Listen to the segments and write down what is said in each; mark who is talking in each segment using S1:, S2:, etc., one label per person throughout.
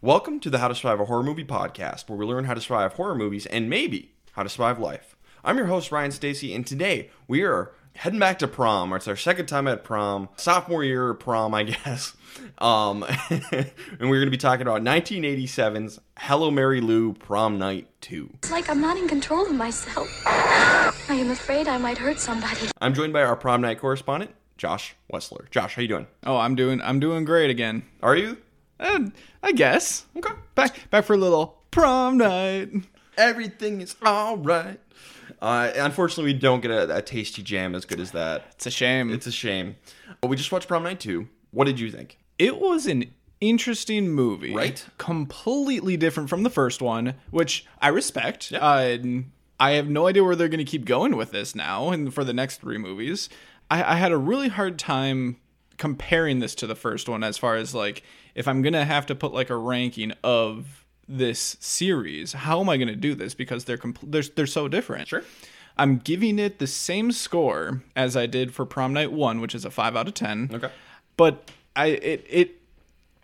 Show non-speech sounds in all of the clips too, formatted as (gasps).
S1: Welcome to the How to Survive a Horror Movie podcast, where we learn how to survive horror movies and maybe how to survive life. I'm your host, Ryan Stacy, and today we are heading back to prom. It's our second time at prom, sophomore year of prom, I (laughs) guess. Um, (laughs) and we're going to be talking about 1987's Hello Mary Lou Prom Night 2.
S2: It's like I'm not in control of myself. I am afraid I might hurt somebody.
S1: I'm joined by our prom night correspondent, Josh Wessler. Josh, how you doing?
S3: Oh, I'm doing I'm doing great again.
S1: Are you?
S3: Uh, I guess.
S1: Okay.
S3: Back back for a little prom night.
S1: Everything is all right. Uh, unfortunately, we don't get a, a tasty jam as good as that.
S3: It's a shame.
S1: It's a shame. But we just watched Prom Night 2. What did you think?
S3: it was an interesting movie.
S1: Right?
S3: Completely different from the first one, which I respect. Uh, I have no idea where they're going to keep going with this now and for the next three movies. I, I had a really hard time comparing this to the first one as far as like if I'm going to have to put like a ranking of this series, how am I going to do this because they're compl- they're they're so different.
S1: Sure.
S3: I'm giving it the same score as I did for Prom Night 1, which is a 5 out of 10
S1: Okay.
S3: but I it it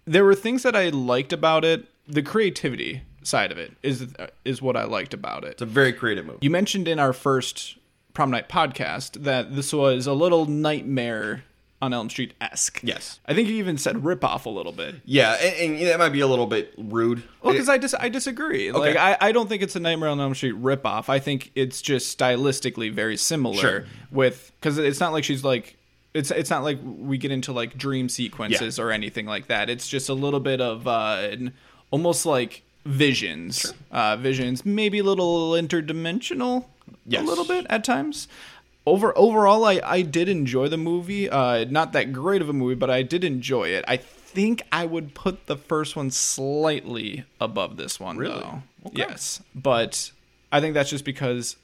S3: there were things that I liked about it. The creativity side of it is is what I liked about it.
S1: It's a very creative movie.
S3: You mentioned in our first prom night podcast that this was a little nightmare on Elm Street esque.
S1: Yes.
S3: I think you even said ripoff a little bit.
S1: yeah, and, and that might be a little bit rude.
S3: Well, because I dis- I disagree. Like I, I don't think it's a Nightmare on Elm Street ripoff. I think it's just stylistically very similar.
S1: Sure.
S3: With because it's not like she's like it's it's not like we get into like dream sequences or anything like that. It's just a little bit of uh, an- almost like visions, uh, visions, maybe a little interdimensional,
S1: Yes.
S3: a little bit at times. Over overall, I I did enjoy the movie. Uh, not that great of a movie, but I did enjoy it. I think I would put the first one slightly above this one.
S1: Really?
S3: though.
S1: Okay.
S3: Yes, but I think that's just because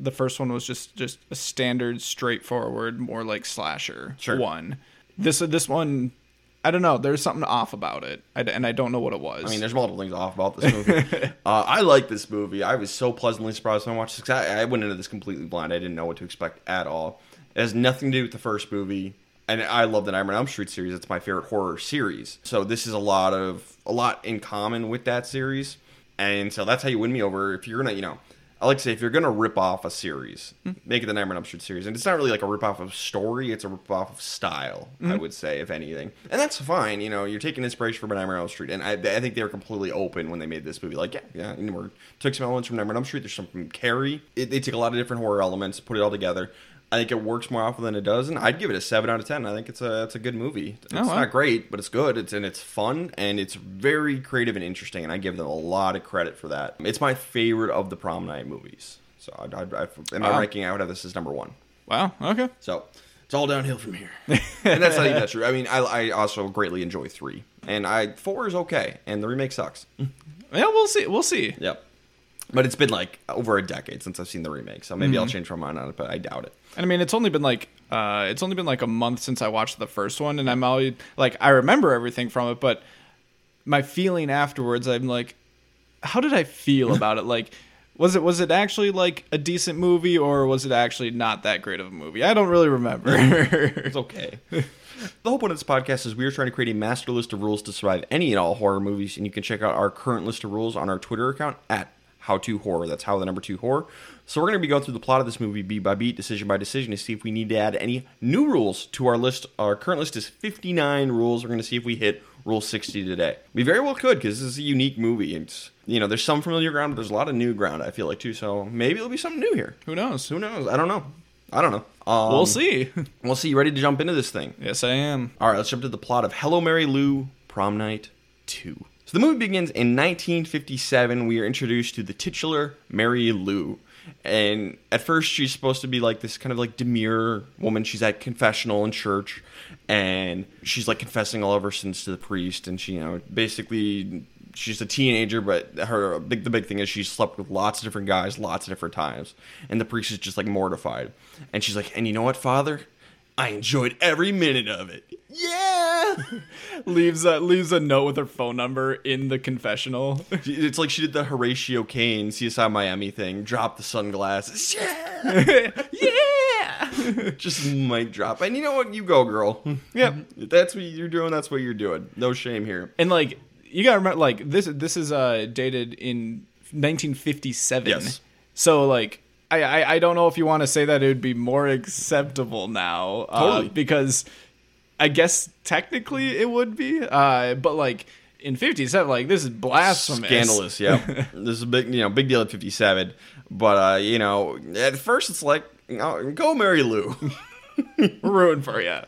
S3: the first one was just just a standard, straightforward, more like slasher
S1: Sure.
S3: one. This this one, I don't know. There's something off about it, I, and I don't know what it was.
S1: I mean, there's multiple things off about this movie. uh, I like this movie. I was so pleasantly surprised when I watched this. 'cause I, I went into this completely blind. I didn't know what to expect at all. It has nothing to do with the first movie, and I love the Nightmare on Elm Street series. It's my favorite horror series. So this is a lot of a lot in common with that series, and so that's how you win me over. If you're gonna, you know, I like to say if you're gonna rip off a series,
S3: Hmm.
S1: make it the Nightmare on Elm Street series, and it's not really like a rip off of story; it's a rip off of style.
S3: Hmm.
S1: I would say, if anything, and that's fine. You know, you're taking inspiration from Nightmare on Elm Street, and I, I think they were completely open when they made this movie. Like, yeah, yeah, and we're, took some elements from Nightmare on Elm Street. There's some from Carrie. It, they took a lot of different horror elements, put it all together. I think it works more often than it does, and I'd give it a seven out of ten. I think it's a it's a good movie. It's
S3: Oh, wow.
S1: not great, but it's good. It's and it's fun and it's very creative and interesting. And I give them a lot of credit for that. It's my favorite of the prom night movies. So I, I, I, in my
S3: Wow.
S1: ranking, I would have this as number one.
S3: wow. Okay.
S1: So it's all downhill from here. (laughs) and that's not even that true. I mean, I, I also greatly enjoy three, and I four is okay, and the remake sucks.
S3: Yeah, we'll see. We'll see.
S1: yep. But it's been like over a decade since I've seen the remake, so maybe I'll change my mind on it, but I doubt it.
S3: And I mean, it's only been like uh, it's only been like a month since I watched the first one, and I'm already like I remember everything from it, but my feeling afterwards, I'm like, how did I (laughs) feel about it? Like, was it was it actually like a decent movie, or was it actually not that great of a movie? I don't really (laughs) remember.
S1: It's okay. (laughs) the whole point of this podcast is we are trying to create a master list of rules to survive any and all horror movies, and you can check out our current list of rules on our Twitter account at how to horror. That's how the number two horror. So we're going to be going through the plot of this movie beat by beat, decision by decision, to see if we need to add any new rules to our list. Our current list is 59 rules. We're going to see if we hit rule 60 today. We very well could because this is a unique movie. It's you know there's some familiar ground, but there's a lot of new ground. I feel like too. So maybe there'll be something new here.
S3: Who knows?
S1: Who knows? I don't know. I don't know. Um,
S3: We'll (laughs) see.
S1: We'll see. You ready to jump into this thing?
S3: yes, I am.
S1: All right, let's jump to the plot of Hello Mary Lou Prom Night 2. So the movie begins in 1957. We are introduced to the titular Mary Lou. And at first, she's supposed to be like this kind of like demure woman. She's at confessional in church, and she's like confessing all of her sins to the priest. And she, you know, basically she's a teenager, but her big the big thing is she's slept with lots of different guys, lots of different times. And the priest is just like mortified. And she's like, and you know what, Father? I enjoyed every minute of it. Yeah.
S3: leaves a leaves a note with her phone number in the confessional. (laughs)
S1: It's like she did the Horatio Kane CSI Miami thing. Drop the sunglasses. Yeah!
S3: yeah.
S1: (laughs) Just mic drop. And you know what? You go, (laughs) girl.
S3: yep.
S1: If that's what you're doing, that's what you're doing. No shame here.
S3: And like you gotta remember, like this this is uh dated in 1957.
S1: Yes.
S3: So like I I, I don't know if you want to say that it would be more acceptable now, uh,
S1: Totally.
S3: because I guess technically it would be, uh, but like in 57, like this is blasphemous,
S1: Scandalous, (laughs) yeah. this is a big, you know, big deal at 57. But, uh, you know, at first it's like, oh, go marry Lou.
S3: We're rooting for you.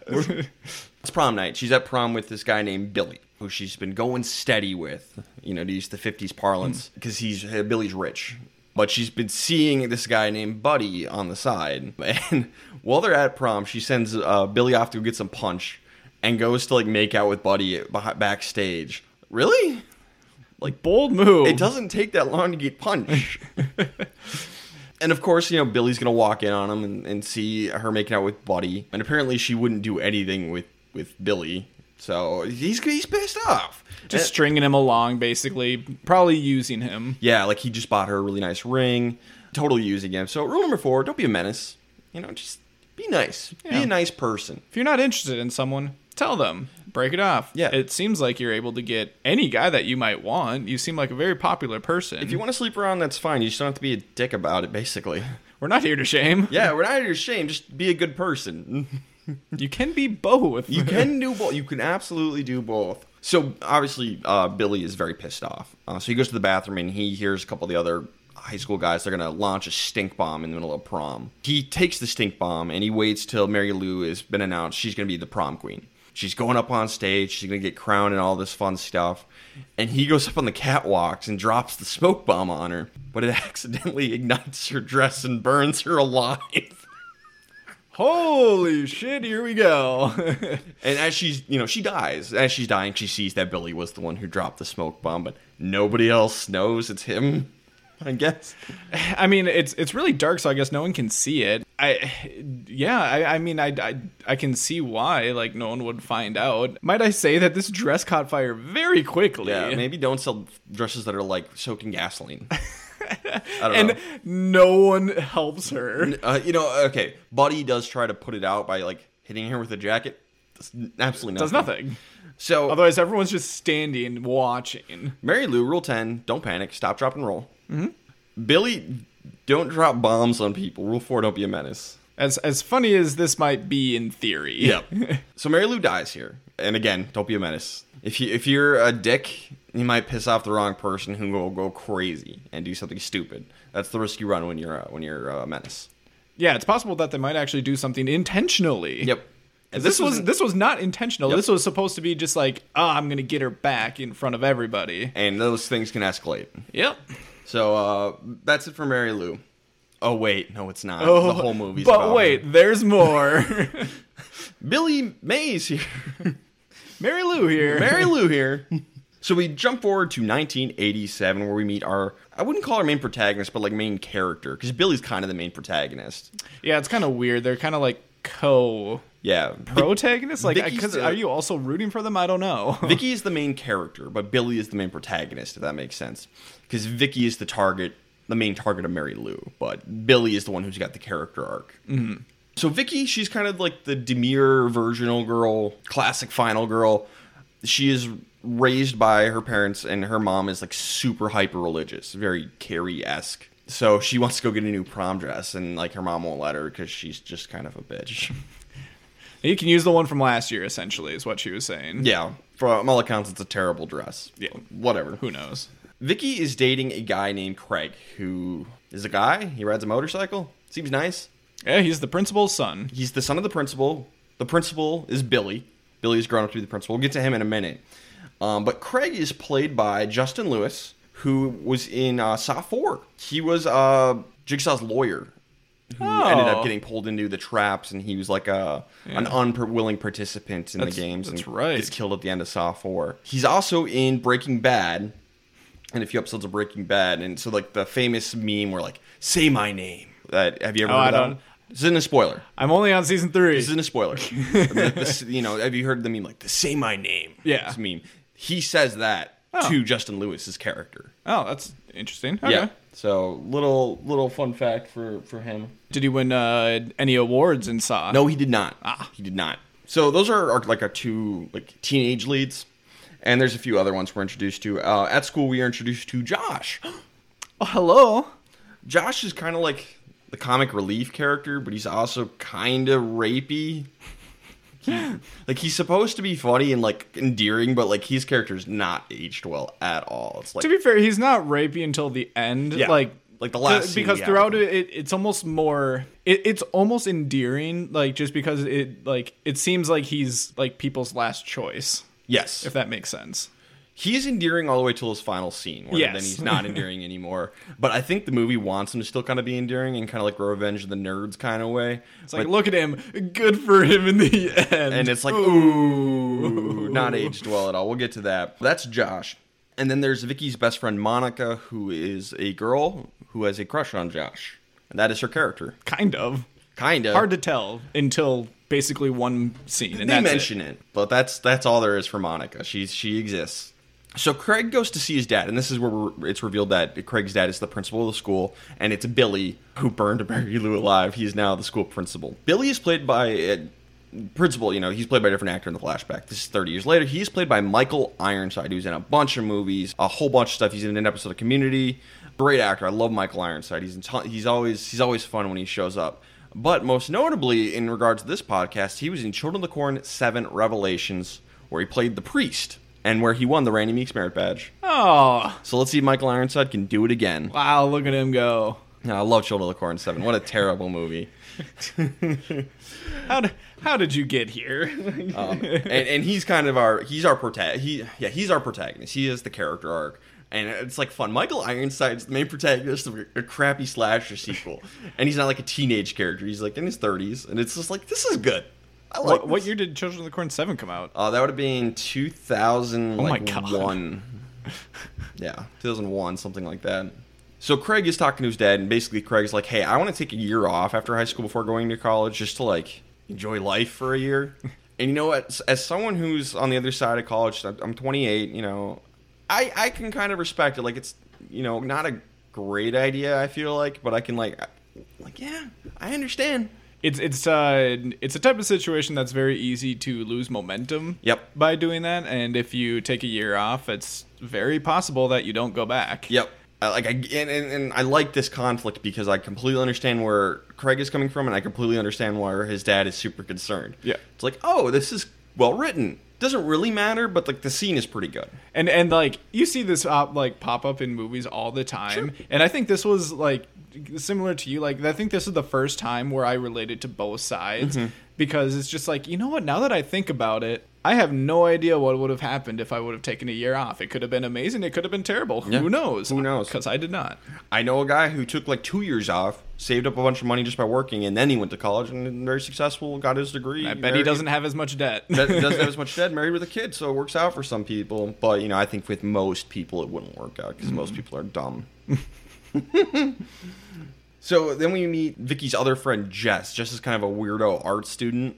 S1: It's prom night. She's at prom with this guy named Billy, who she's been going steady with, you know, to use the 50s parlance, because he's uh, Billy's rich. But she's been seeing this guy named Buddy on the side. (laughs) And while they're at prom, she sends uh, Billy off to go get some punch and goes to, like, make out with Buddy beh- backstage. Really?
S3: (laughs) like bold move.
S1: It doesn't take that long to get
S3: (laughs)
S1: punched. and of course, you know, Billy's gonna walk in on him and, and see her making out with Buddy. And apparently she wouldn't do anything with, with Billy. So he's he's pissed off.
S3: just
S1: And-
S3: stringing him along, basically, probably using him.
S1: yeah, like he just bought her a really nice ring. Totally using him. So rule number four, don't be a menace. You know, just be nice. Be
S3: Yeah.
S1: a nice person.
S3: If you're not interested in someone, tell them. Break it off.
S1: Yeah.
S3: It seems like you're able to get any guy that you might want. You seem like a very popular person.
S1: If you want to sleep around, that's fine. You just don't have to be a dick about it, basically. (laughs)
S3: We're not here to shame.
S1: Yeah, we're not here to shame. Just be a good person. (laughs)
S3: You can be both. (laughs)
S1: You can do both. You can absolutely do both. So obviously, uh, Billy is very pissed off. Uh, so he goes to the bathroom and he hears a couple of the other high school guys. They're gonna launch a stink bomb in the middle of prom. He takes the stink bomb and he waits till Mary Lou has been announced. She's gonna be the prom queen. She's going up on stage. She's gonna get crowned and all this fun stuff. And he goes up on the catwalks and drops the smoke bomb on her, but it (laughs) accidentally ignites her dress and burns her alive.
S3: Holy shit, here we go. (laughs)
S1: And as she's, you know, she dies. As she's dying, she sees that Billy was the one who dropped the smoke bomb, but nobody else knows it's him. (laughs) I guess.
S3: I mean, it's it's really dark, so I guess no one can see it. I, yeah, I, I mean, I, I, I can see why, like, no one would find out. Might I say that this dress caught fire very quickly?
S1: Yeah, maybe don't sell dresses that are like soaked in gasoline. (laughs) I don't
S3: And
S1: know.
S3: no one helps her.
S1: Uh, you know, okay. Buddy does try to put it out by like hitting her with a jacket. Does n- absolutely
S3: Does
S1: nothing.
S3: nothing.
S1: So,
S3: Otherwise, everyone's just standing watching.
S1: Mary Lou, rule 10, don't panic, stop, drop, and roll. Mm-hmm. Billy, don't drop bombs on people. Rule 4, don't be a menace.
S3: As as funny as this might be in theory,
S1: Yep. (laughs) so Mary Lou dies here, and again, don't be a menace. If you if you're a dick, you might piss off the wrong person who will go crazy and do something stupid. That's the risk you run when you're uh, when you're uh, a menace.
S3: yeah, it's possible that they might actually do something intentionally.
S1: Yep.
S3: 'Cause This, was this was not intentional.
S1: Yep.
S3: This was supposed to be just like, ah, I'm gonna get her back in front of everybody.
S1: and those things can escalate.
S3: Yep. (laughs)
S1: So uh, that's it for Mary Lou. Oh wait, no, it's not. the whole movie's
S3: Oh, But
S1: about-
S3: wait,
S1: (laughs)
S3: there's more. (laughs)
S1: Billy Mays here.
S3: Mary Lou here.
S1: Mary
S3: (laughs)
S1: Lou here. So we jump forward to 1987, where we meet our, I wouldn't call our main protagonist, but like main character, because Billy's kind of the main protagonist.
S3: yeah, it's kind of weird. They're kind of like co
S1: Yeah.
S3: protagonists. Like,
S1: Vicky's
S3: because
S1: the-
S3: are you also rooting for them? I don't know.
S1: Vicky is the main character, but Billy is the main protagonist, if that makes sense. Because Vicky is the target, the main target of Mary Lou, but Billy is the one who's got the character arc. Mm-hmm. So Vicky, she's kind of like the demure virginal girl, classic final girl. She is raised by her parents, and her mom is like super hyper religious, very Carrie esque. So she wants to go get a new prom dress, and like her mom won't let her because she's just kind of a bitch.
S3: (laughs) you can use the one from last year, essentially, is what she was saying.
S1: Yeah, from all accounts, it's a terrible dress.
S3: Yeah.
S1: whatever.
S3: Who knows?
S1: Vicky is dating a guy named Craig, who is a guy. He rides a motorcycle. Seems nice.
S3: Yeah, he's the principal's son.
S1: He's the son of the principal. The principal is Billy. Billy's grown up to be the principal. We'll get to him in a minute. Um, but Craig is played by Justin Lewis, who was in uh, Saw 4. He was uh, Jigsaw's lawyer, who ended
S3: Oh.
S1: up getting pulled into the traps, and he was like a, an unwilling participant in
S3: That's-
S1: the games.
S3: that's
S1: and
S3: right.
S1: Gets killed at the end of Saw 4. He's also in Breaking Bad, and a few episodes of Breaking Bad, and so like the famous meme where like say my name. That have you ever?
S3: Oh,
S1: heard
S3: I
S1: of that
S3: don't.
S1: one? This isn't a spoiler.
S3: I'm only on season three.
S1: This isn't a
S3: (laughs)
S1: spoiler. The- this- you know, have you heard the meme like the "Say my name"?
S3: Yeah.
S1: this meme. He says that to Justin Lewis's character.
S3: oh, that's interesting. Okay.
S1: Yeah. So little little fun fact for for him.
S3: Did he win uh, any awards in Saw?
S1: No, he did not. Ah, he did not. So those are, our like our two like teenage leads, and there's a few other ones we're introduced to. Uh, at school, we are introduced to Josh. (gasps)
S3: Oh, hello.
S1: Josh is kind of like the comic relief character, but he's also kind of rapey.
S3: (laughs)
S1: He- like he's supposed to be funny and like endearing, but like his character's not aged well at all. It's like
S3: To be fair, he's not rapey until the end.
S1: Yeah.
S3: Like
S1: Like the last
S3: th-
S1: scene
S3: because
S1: we have
S3: throughout
S1: with
S3: it, it, it's almost more. It, it's almost endearing, like just because it like it seems like he's like people's last choice,
S1: yes,
S3: if that makes sense.
S1: he's endearing all the way till his final scene, where
S3: Yes.
S1: then he's
S3: (laughs)
S1: not endearing anymore. But I think the movie wants him to still kind of be endearing and kind of like revenge of the nerds kind of way.
S3: It's like look at him, good for him in the end.
S1: and it's like ooh, not aged well at all. We'll get to that. That's Josh, and then there's Vicky's best friend Monica, who is a girl who has a crush on Josh, and that is her character.
S3: kind of
S1: Kind of
S3: hard to tell until basically one scene. And
S1: they
S3: that's it.
S1: mention it. but that's that's all there is for Monica. She's she exists. So Craig goes to see his dad, and this is where we're- it's revealed that Craig's dad is the principal of the school, and it's Billy who burned Mary Lou alive. He's now the school principal. Billy is played by uh, principal. You know, he's played by a different actor in the flashback. This is 30 years later. He's played by Michael Ironside, who's in a bunch of movies, a whole bunch of stuff. He's in an episode of Community. Great actor. I love Michael Ironside. He's in ton- he's always he's always fun when he shows up. But most notably, in regards to this podcast, he was in Children of the Corn 7 Revelations, where he played the priest and where he won the Randy Meeks Merit Badge.
S3: Oh
S1: So let's see if Michael Ironside can do it again.
S3: wow, look at him go.
S1: Now, I love Children of the Corn 7. What a terrible movie.
S3: How d- how did you get here? (laughs)
S1: Um, (laughs) and, and he's kind of our he's our protagonist. He yeah he's our protagonist. He is the character arc, and it's like fun. Michael Ironside's the main protagonist of a, a crappy slasher sequel, and he's not like a teenage character. He's like in his thirties, and it's just like this is good. I like
S3: what, what
S1: this.
S3: year did Children of the Corn Seven come out?
S1: Uh, that would have been two thousand
S3: Oh my
S1: like
S3: God. (laughs)
S1: one. yeah, two thousand one, something like that. So Craig is talking to his dad, and basically Craig's like, "Hey, I want to take a year off after high school before going to college, just to like enjoy life for a
S3: (laughs)
S1: year." and you know what? As- As someone who's on the other side of college, I'm I'm 28. You know, I I can kind of respect it. Like it's you know not a great idea. I feel like, but I can like like yeah, I understand.
S3: it's it's uh it's a type of situation that's very easy to lose momentum
S1: Yep.
S3: by doing that and if you take a year off it's very possible that you don't go back
S1: Yep. I, like I and, and, and I like this conflict because I completely understand where Craig is coming from, and I completely understand why his dad is super concerned.
S3: Yeah.
S1: it's like, oh, this is well written. Doesn't really matter, but like the scene is pretty good.
S3: and and like you see this uh, like pop up in movies all the time and i think this was like similar to you like i think this is the first time where i related to both sides
S1: Mm-hmm.
S3: because it's just like you know what now that i think about it i have no idea what would have happened if i would have taken a year off it could have been amazing it could have been terrible who knows
S1: Who knows?
S3: because i did not
S1: I know a guy who took like two years off, saved up a bunch of money just by working, and then he went to college and very successful, got his degree.
S3: i bet he
S1: married-
S3: doesn't have as much debt
S1: bet- doesn't have as much debt, married with a kid, so it works out for some people. But you know, I think with most people, it wouldn't work out because most people are dumb. (laughs) so then we meet Vicky's other friend Jess. Jess is kind of a weirdo art student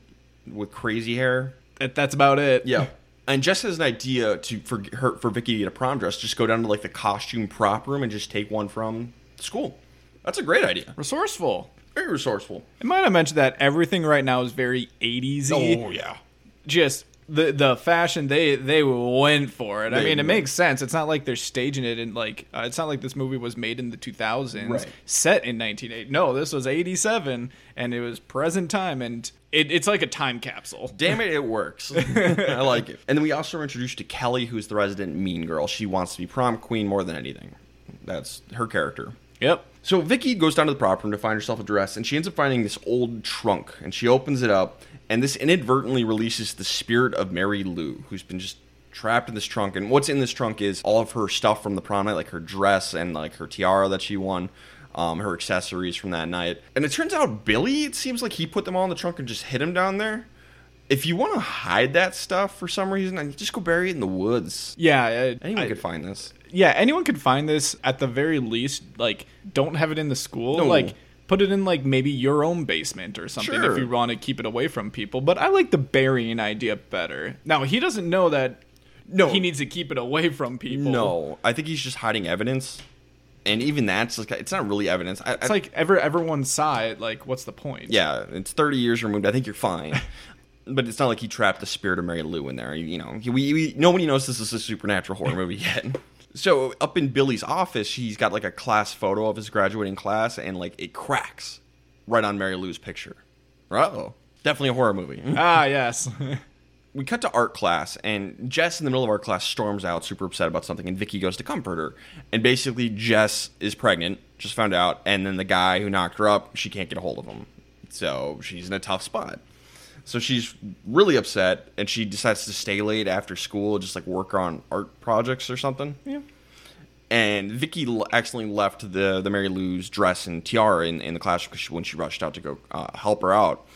S1: with crazy hair.
S3: (laughs) That- that's about it.
S1: Yeah. And Jess has an idea to for her for Vicky to get a prom dress. Just go down to like the costume prop room and just take one from school. That's a great idea.
S3: Resourceful.
S1: Very resourceful.
S3: I might have mentioned that everything right now is very 80s y.
S1: Oh, yeah.
S3: Just the the fashion they they went for it. I
S1: They-
S3: mean, it makes sense. It's not like they're staging it in like uh, it's not like this movie was made in the 2000s,
S1: Right.
S3: set in 1980. No, this was 87 and it was present time and it, it's like a time capsule.
S1: Damn it, it works. I like it. And then we also are introduced to Kelly, who's the resident mean girl. She wants to be prom queen more than anything. That's her character.
S3: Yep.
S1: So Vicky goes down to the prop room to find herself a dress, and she ends up finding this old trunk. And she opens it up, and this inadvertently releases the spirit of Mary Lou, who's been just trapped in this trunk. And what's in this trunk is all of her stuff from the prom night, like her dress and like her tiara that she won, um, her accessories from that night. And it turns out Billy, it seems like he put them all in the trunk and just hid them down there. If you want to hide that stuff for some reason, I just go bury it in the woods.
S3: Yeah, uh,
S1: Anyone
S3: I-
S1: could find this.
S3: yeah, anyone could find this at the very least. Like, don't have it in the school. Like, Put it in like maybe your own basement or something
S1: Sure.
S3: if you want to keep it away from people. But I like the burying idea better. Now he doesn't know that.
S1: No.
S3: he needs to keep it away from people.
S1: No, I think he's just hiding evidence, and even that's like it's not really evidence. I, I,
S3: it's like ever everyone saw it. Like, what's the point?
S1: yeah, it's thirty years removed. I think you're
S3: (laughs)
S1: fine, but it's not like he trapped the spirit of Mary Lou in there. You, you know, he, we, we nobody knows this is a supernatural horror movie
S3: (laughs)
S1: yet. So up in Billy's office, he's got like a class photo of his graduating class, and like it cracks right on Mary Lou's picture. Oh, definitely a horror movie. (laughs)
S3: Ah, yes. (laughs)
S1: we cut to art class, and Jess in the middle of our class storms out, super upset about something, and Vicky goes to comfort her. And basically, Jess is pregnant, just found out, and then the guy who knocked her up, she can't get a hold of him. So she's in a tough spot. So she's really upset, and she decides to stay late after school, just like work on art projects or something.
S3: yeah.
S1: And Vicky l- accidentally left the, the Mary Lou's dress and tiara in, in the classroom 'cause she, when she rushed out to go uh, help her out.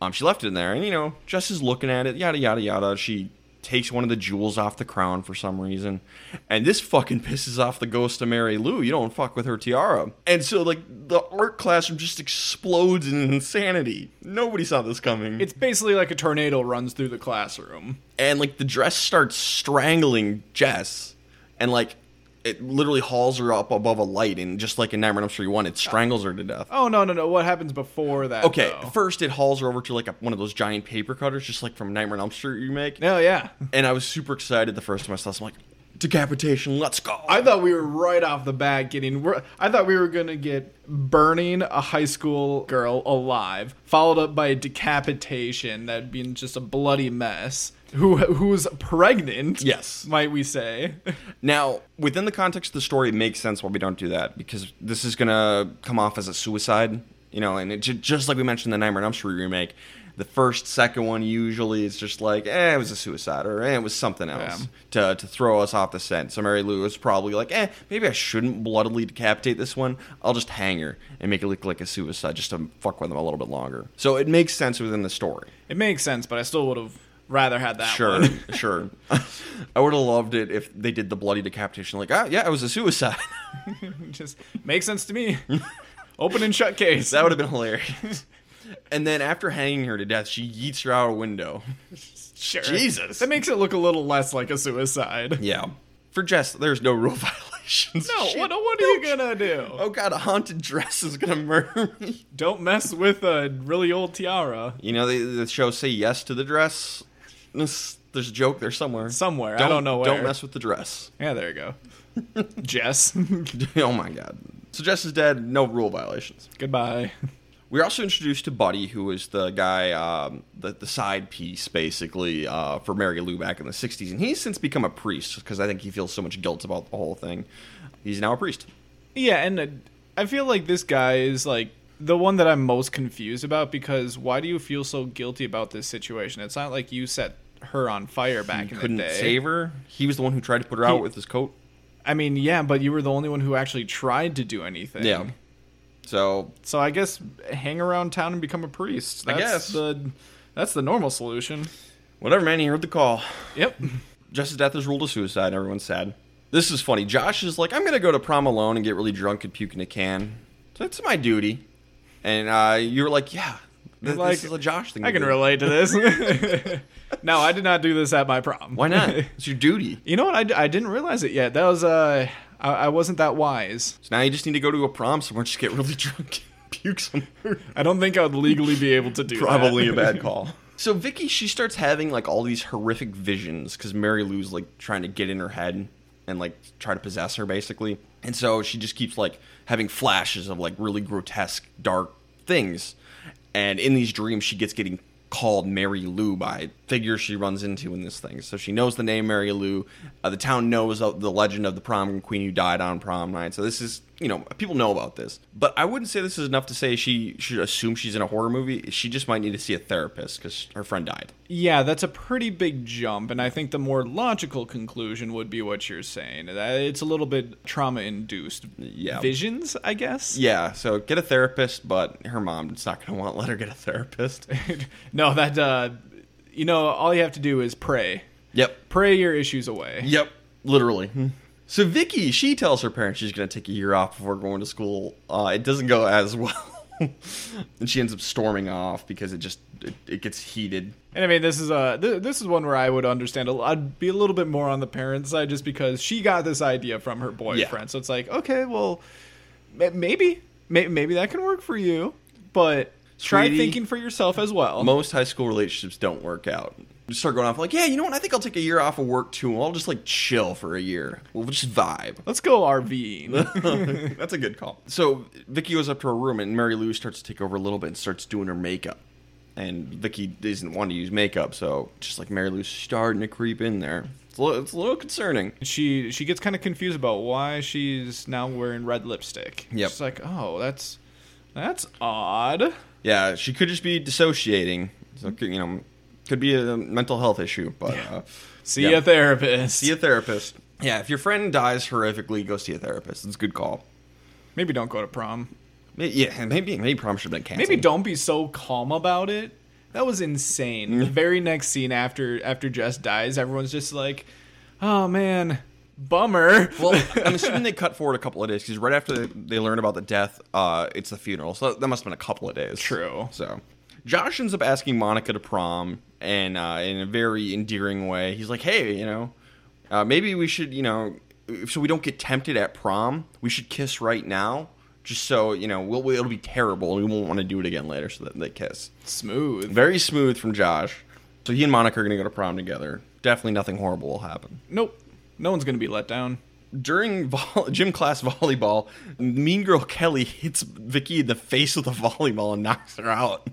S1: Um, she left it in there, and you know, Jess is looking at it, yada yada yada. She takes one of the jewels off the crown for some reason, and this fucking pisses off the ghost of Mary Lou. You don't fuck with her tiara, and so like the art classroom just explodes in insanity. Nobody saw this coming.
S3: It's basically like a tornado runs through the classroom.
S1: and like the dress starts strangling Jess, and like it literally hauls her up above a light, and just like in Nightmare on Elm Street one, it strangles her to death.
S3: Oh no no no! What happens before that?
S1: Okay,
S3: though?
S1: first it hauls her over to like a, one of those giant paper cutters, just like from Nightmare on Elm Street you make.
S3: No, Oh, yeah.
S1: And I was super excited the first time I saw this. I'm like, decapitation, let's go.
S3: I thought we were right off the bat getting. we're- I thought we were gonna get burning a high school girl alive, followed up by a decapitation that being just a bloody mess. Who who's pregnant?
S1: Yes.
S3: might we say?
S1: Now, within the context of the story, it makes sense why we don't do that because this is going to come off as a suicide, you know, and it, ju- just like we mentioned in the Nightmare on Elm Street remake, the first, second one usually is just like, eh, it was a suicide or eh, it was something else to, to throw us off the scent. So Mary Lou is probably like, eh, maybe I shouldn't bloodily decapitate this one. I'll just hang her and make it look like a suicide just to fuck with them a little bit longer. So it makes sense within the story.
S3: It makes sense, but I still would have rather had that.
S1: Sure,
S3: one.
S1: (laughs)
S3: (laughs)
S1: sure. I would have loved it if they did the bloody decapitation. Like, ah, yeah, it was a suicide. (laughs)
S3: just makes sense to me. Open and shut case.
S1: that would have been hilarious. (laughs) and then after hanging her to death, she yeets her out a window.
S3: Sure.
S1: Jesus.
S3: That makes it look a little less like a suicide.
S1: Yeah. For Jess, there's no rule (laughs) violations.
S3: No,
S1: Shit.
S3: what, what are you gonna do?
S1: Oh god, a haunted dress is gonna murder me.
S3: Don't mess with a really old tiara.
S1: You know, the, the show say yes to the dress. This- there's a joke there somewhere.
S3: Somewhere, I don't know
S1: Don't
S3: where.
S1: mess with the dress. (laughs)
S3: Yeah, there you go. (laughs) Jess,
S1: oh my god. So Jess is dead. No rule violations.
S3: goodbye.
S1: We were also introduced to Buddy, who was the guy, um, the, the side piece, basically, uh, for Mary Lou back in the 60s. And he's since become a priest because I think he feels so much guilt about the whole thing. He's now a priest.
S3: Yeah, and uh, I feel like this guy is like the one that I'm most confused about because why do you feel so guilty about this situation? It's not like you set her on fire back in
S1: Couldn't
S3: the day.
S1: save her. He was the one who tried to put her out
S3: He-
S1: with his coat.
S3: I mean, yeah, but you were the only one who actually tried to do anything.
S1: Yeah. So,
S3: So I guess hang around town and become a priest.
S1: I
S3: That's
S1: guess.
S3: the that's the normal solution.
S1: whatever, man, he heard the call.
S3: Yep.
S1: Jess's death is ruled a suicide. Everyone's sad. This is funny. Josh is like, I'm gonna go to prom alone and get really drunk and puke in a can. That's my duty. And uh, you're like, yeah, th- (laughs)
S3: Like,
S1: this is a Josh thing.
S3: I
S1: to
S3: can
S1: do."
S3: relate
S1: (laughs)
S3: to this. (laughs) no, I did not do this at my prom.
S1: Why
S3: (laughs)
S1: not? It's your duty.
S3: You know what? I, d- I didn't realize it yet. That was uh, I, I wasn't that wise.
S1: So now you just need to go to a prom somewhere, just get really (laughs) drunk and puke somewhere.
S3: I don't think I would legally be able to do. that.
S1: call. So Vicky, she starts having like all these horrific visions because Mary Lou's like trying to get in her head and like try to possess her basically, and so she just keeps like having flashes of like really grotesque, dark things, and in these dreams she gets getting called Mary Lou by figures she runs into in this thing. So she knows the name Mary Lou. Uh, the town knows of the legend of the prom queen who died on prom night. So this is, you know, people know about this. But I wouldn't say this is enough to say she should assume she's in a horror movie. She just might need to see a therapist because her friend died.
S3: (laughs) Yeah, that's a pretty big jump, and I think the more logical conclusion would be what you're saying. That It's a little bit trauma induced.
S1: Yeah.
S3: Visions, I guess.
S1: Yeah, so get a therapist, but her mom is not going to (laughs) want to let her get a therapist.
S3: (laughs)
S1: (laughs)
S3: no, that uh, you know, all you have to do is pray.
S1: yep.
S3: Pray your issues away.
S1: Yep, literally. So Vicky, she tells her parents she's going to take a year off before going to school. Uh, it doesn't go as (laughs) well. and she ends up storming off because it just it, it gets heated.
S3: And I mean, this is a th- this is one where I would understand. A, l- I'd be a little bit more on the parents' side just because she got this idea from her boyfriend. So it's like, okay, well, ma- maybe may- maybe that can work for you, but try
S1: Sweetie.
S3: thinking for yourself as well.
S1: Most high school relationships don't work out. You start going off like, yeah, you know what? I think I'll take a year off of work too. I'll just like chill for a year. We'll just vibe.
S3: Let's go
S1: (laughs)
S3: RVing.
S1: That's a good call. So Vicky goes up to her room, and Mary Lou starts to take over a little bit and starts doing her makeup. And Vicky doesn't want to use makeup, so just like Mary Lou's starting to creep in there. It's a little, it's a little concerning.
S3: she she gets kind of confused about why she's now wearing red lipstick.
S1: Yep.
S3: She's like, oh, that's that's odd.
S1: Yeah, she could just be dissociating. So you know, could be a mental health issue. But uh,
S3: See
S1: yeah.
S3: a therapist.
S1: see a therapist. Yeah, if your friend dies horrifically, go see a therapist. It's a good call.
S3: maybe don't go to prom.
S1: May- Yeah, maybe maybe prom should have been canceled.
S3: Maybe don't be so calm about it. That was insane. The very next scene after after Jess dies, everyone's just like, "Oh man, bummer." (laughs)
S1: Well, I'm assuming they cut forward a couple of days because right after they, they learn about the death, uh, it's the funeral. So that must have been a couple of days.
S3: True.
S1: So Josh ends up asking Monica to prom, and uh, in a very endearing way, he's like, "Hey, you know, uh, maybe we should, you know, so we don't get tempted at prom, we should kiss right now." Just so you know, we'll, it'll be terrible, and we won't want to do it again later. So that they kiss,
S3: smooth.
S1: very smooth from Josh. So he and Monica are gonna go to prom together. Definitely nothing horrible will happen
S3: Nope. No one's gonna be let down.
S1: during vol- (laughs) gym class volleyball, Mean Girl Kelly hits Vicky in the face with a volleyball and knocks her out.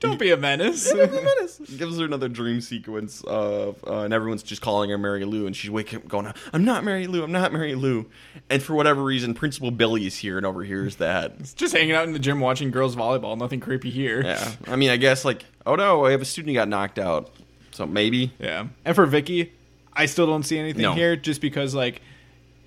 S3: Don't be a menace.
S1: (laughs) Gives her another dream sequence of, uh, and everyone's just calling her Mary Lou, and she's waking up going, "I'm not Mary Lou, I'm not Mary Lou," and for whatever reason, Principal Billy is here and overhears that.
S3: (laughs) just hanging out in the gym watching girls volleyball. Nothing creepy here.
S1: Yeah, I mean, I guess like, oh no, I have a student who got knocked out, so maybe
S3: Yeah. And for Vicky, I still don't see anything
S1: No.
S3: here just because like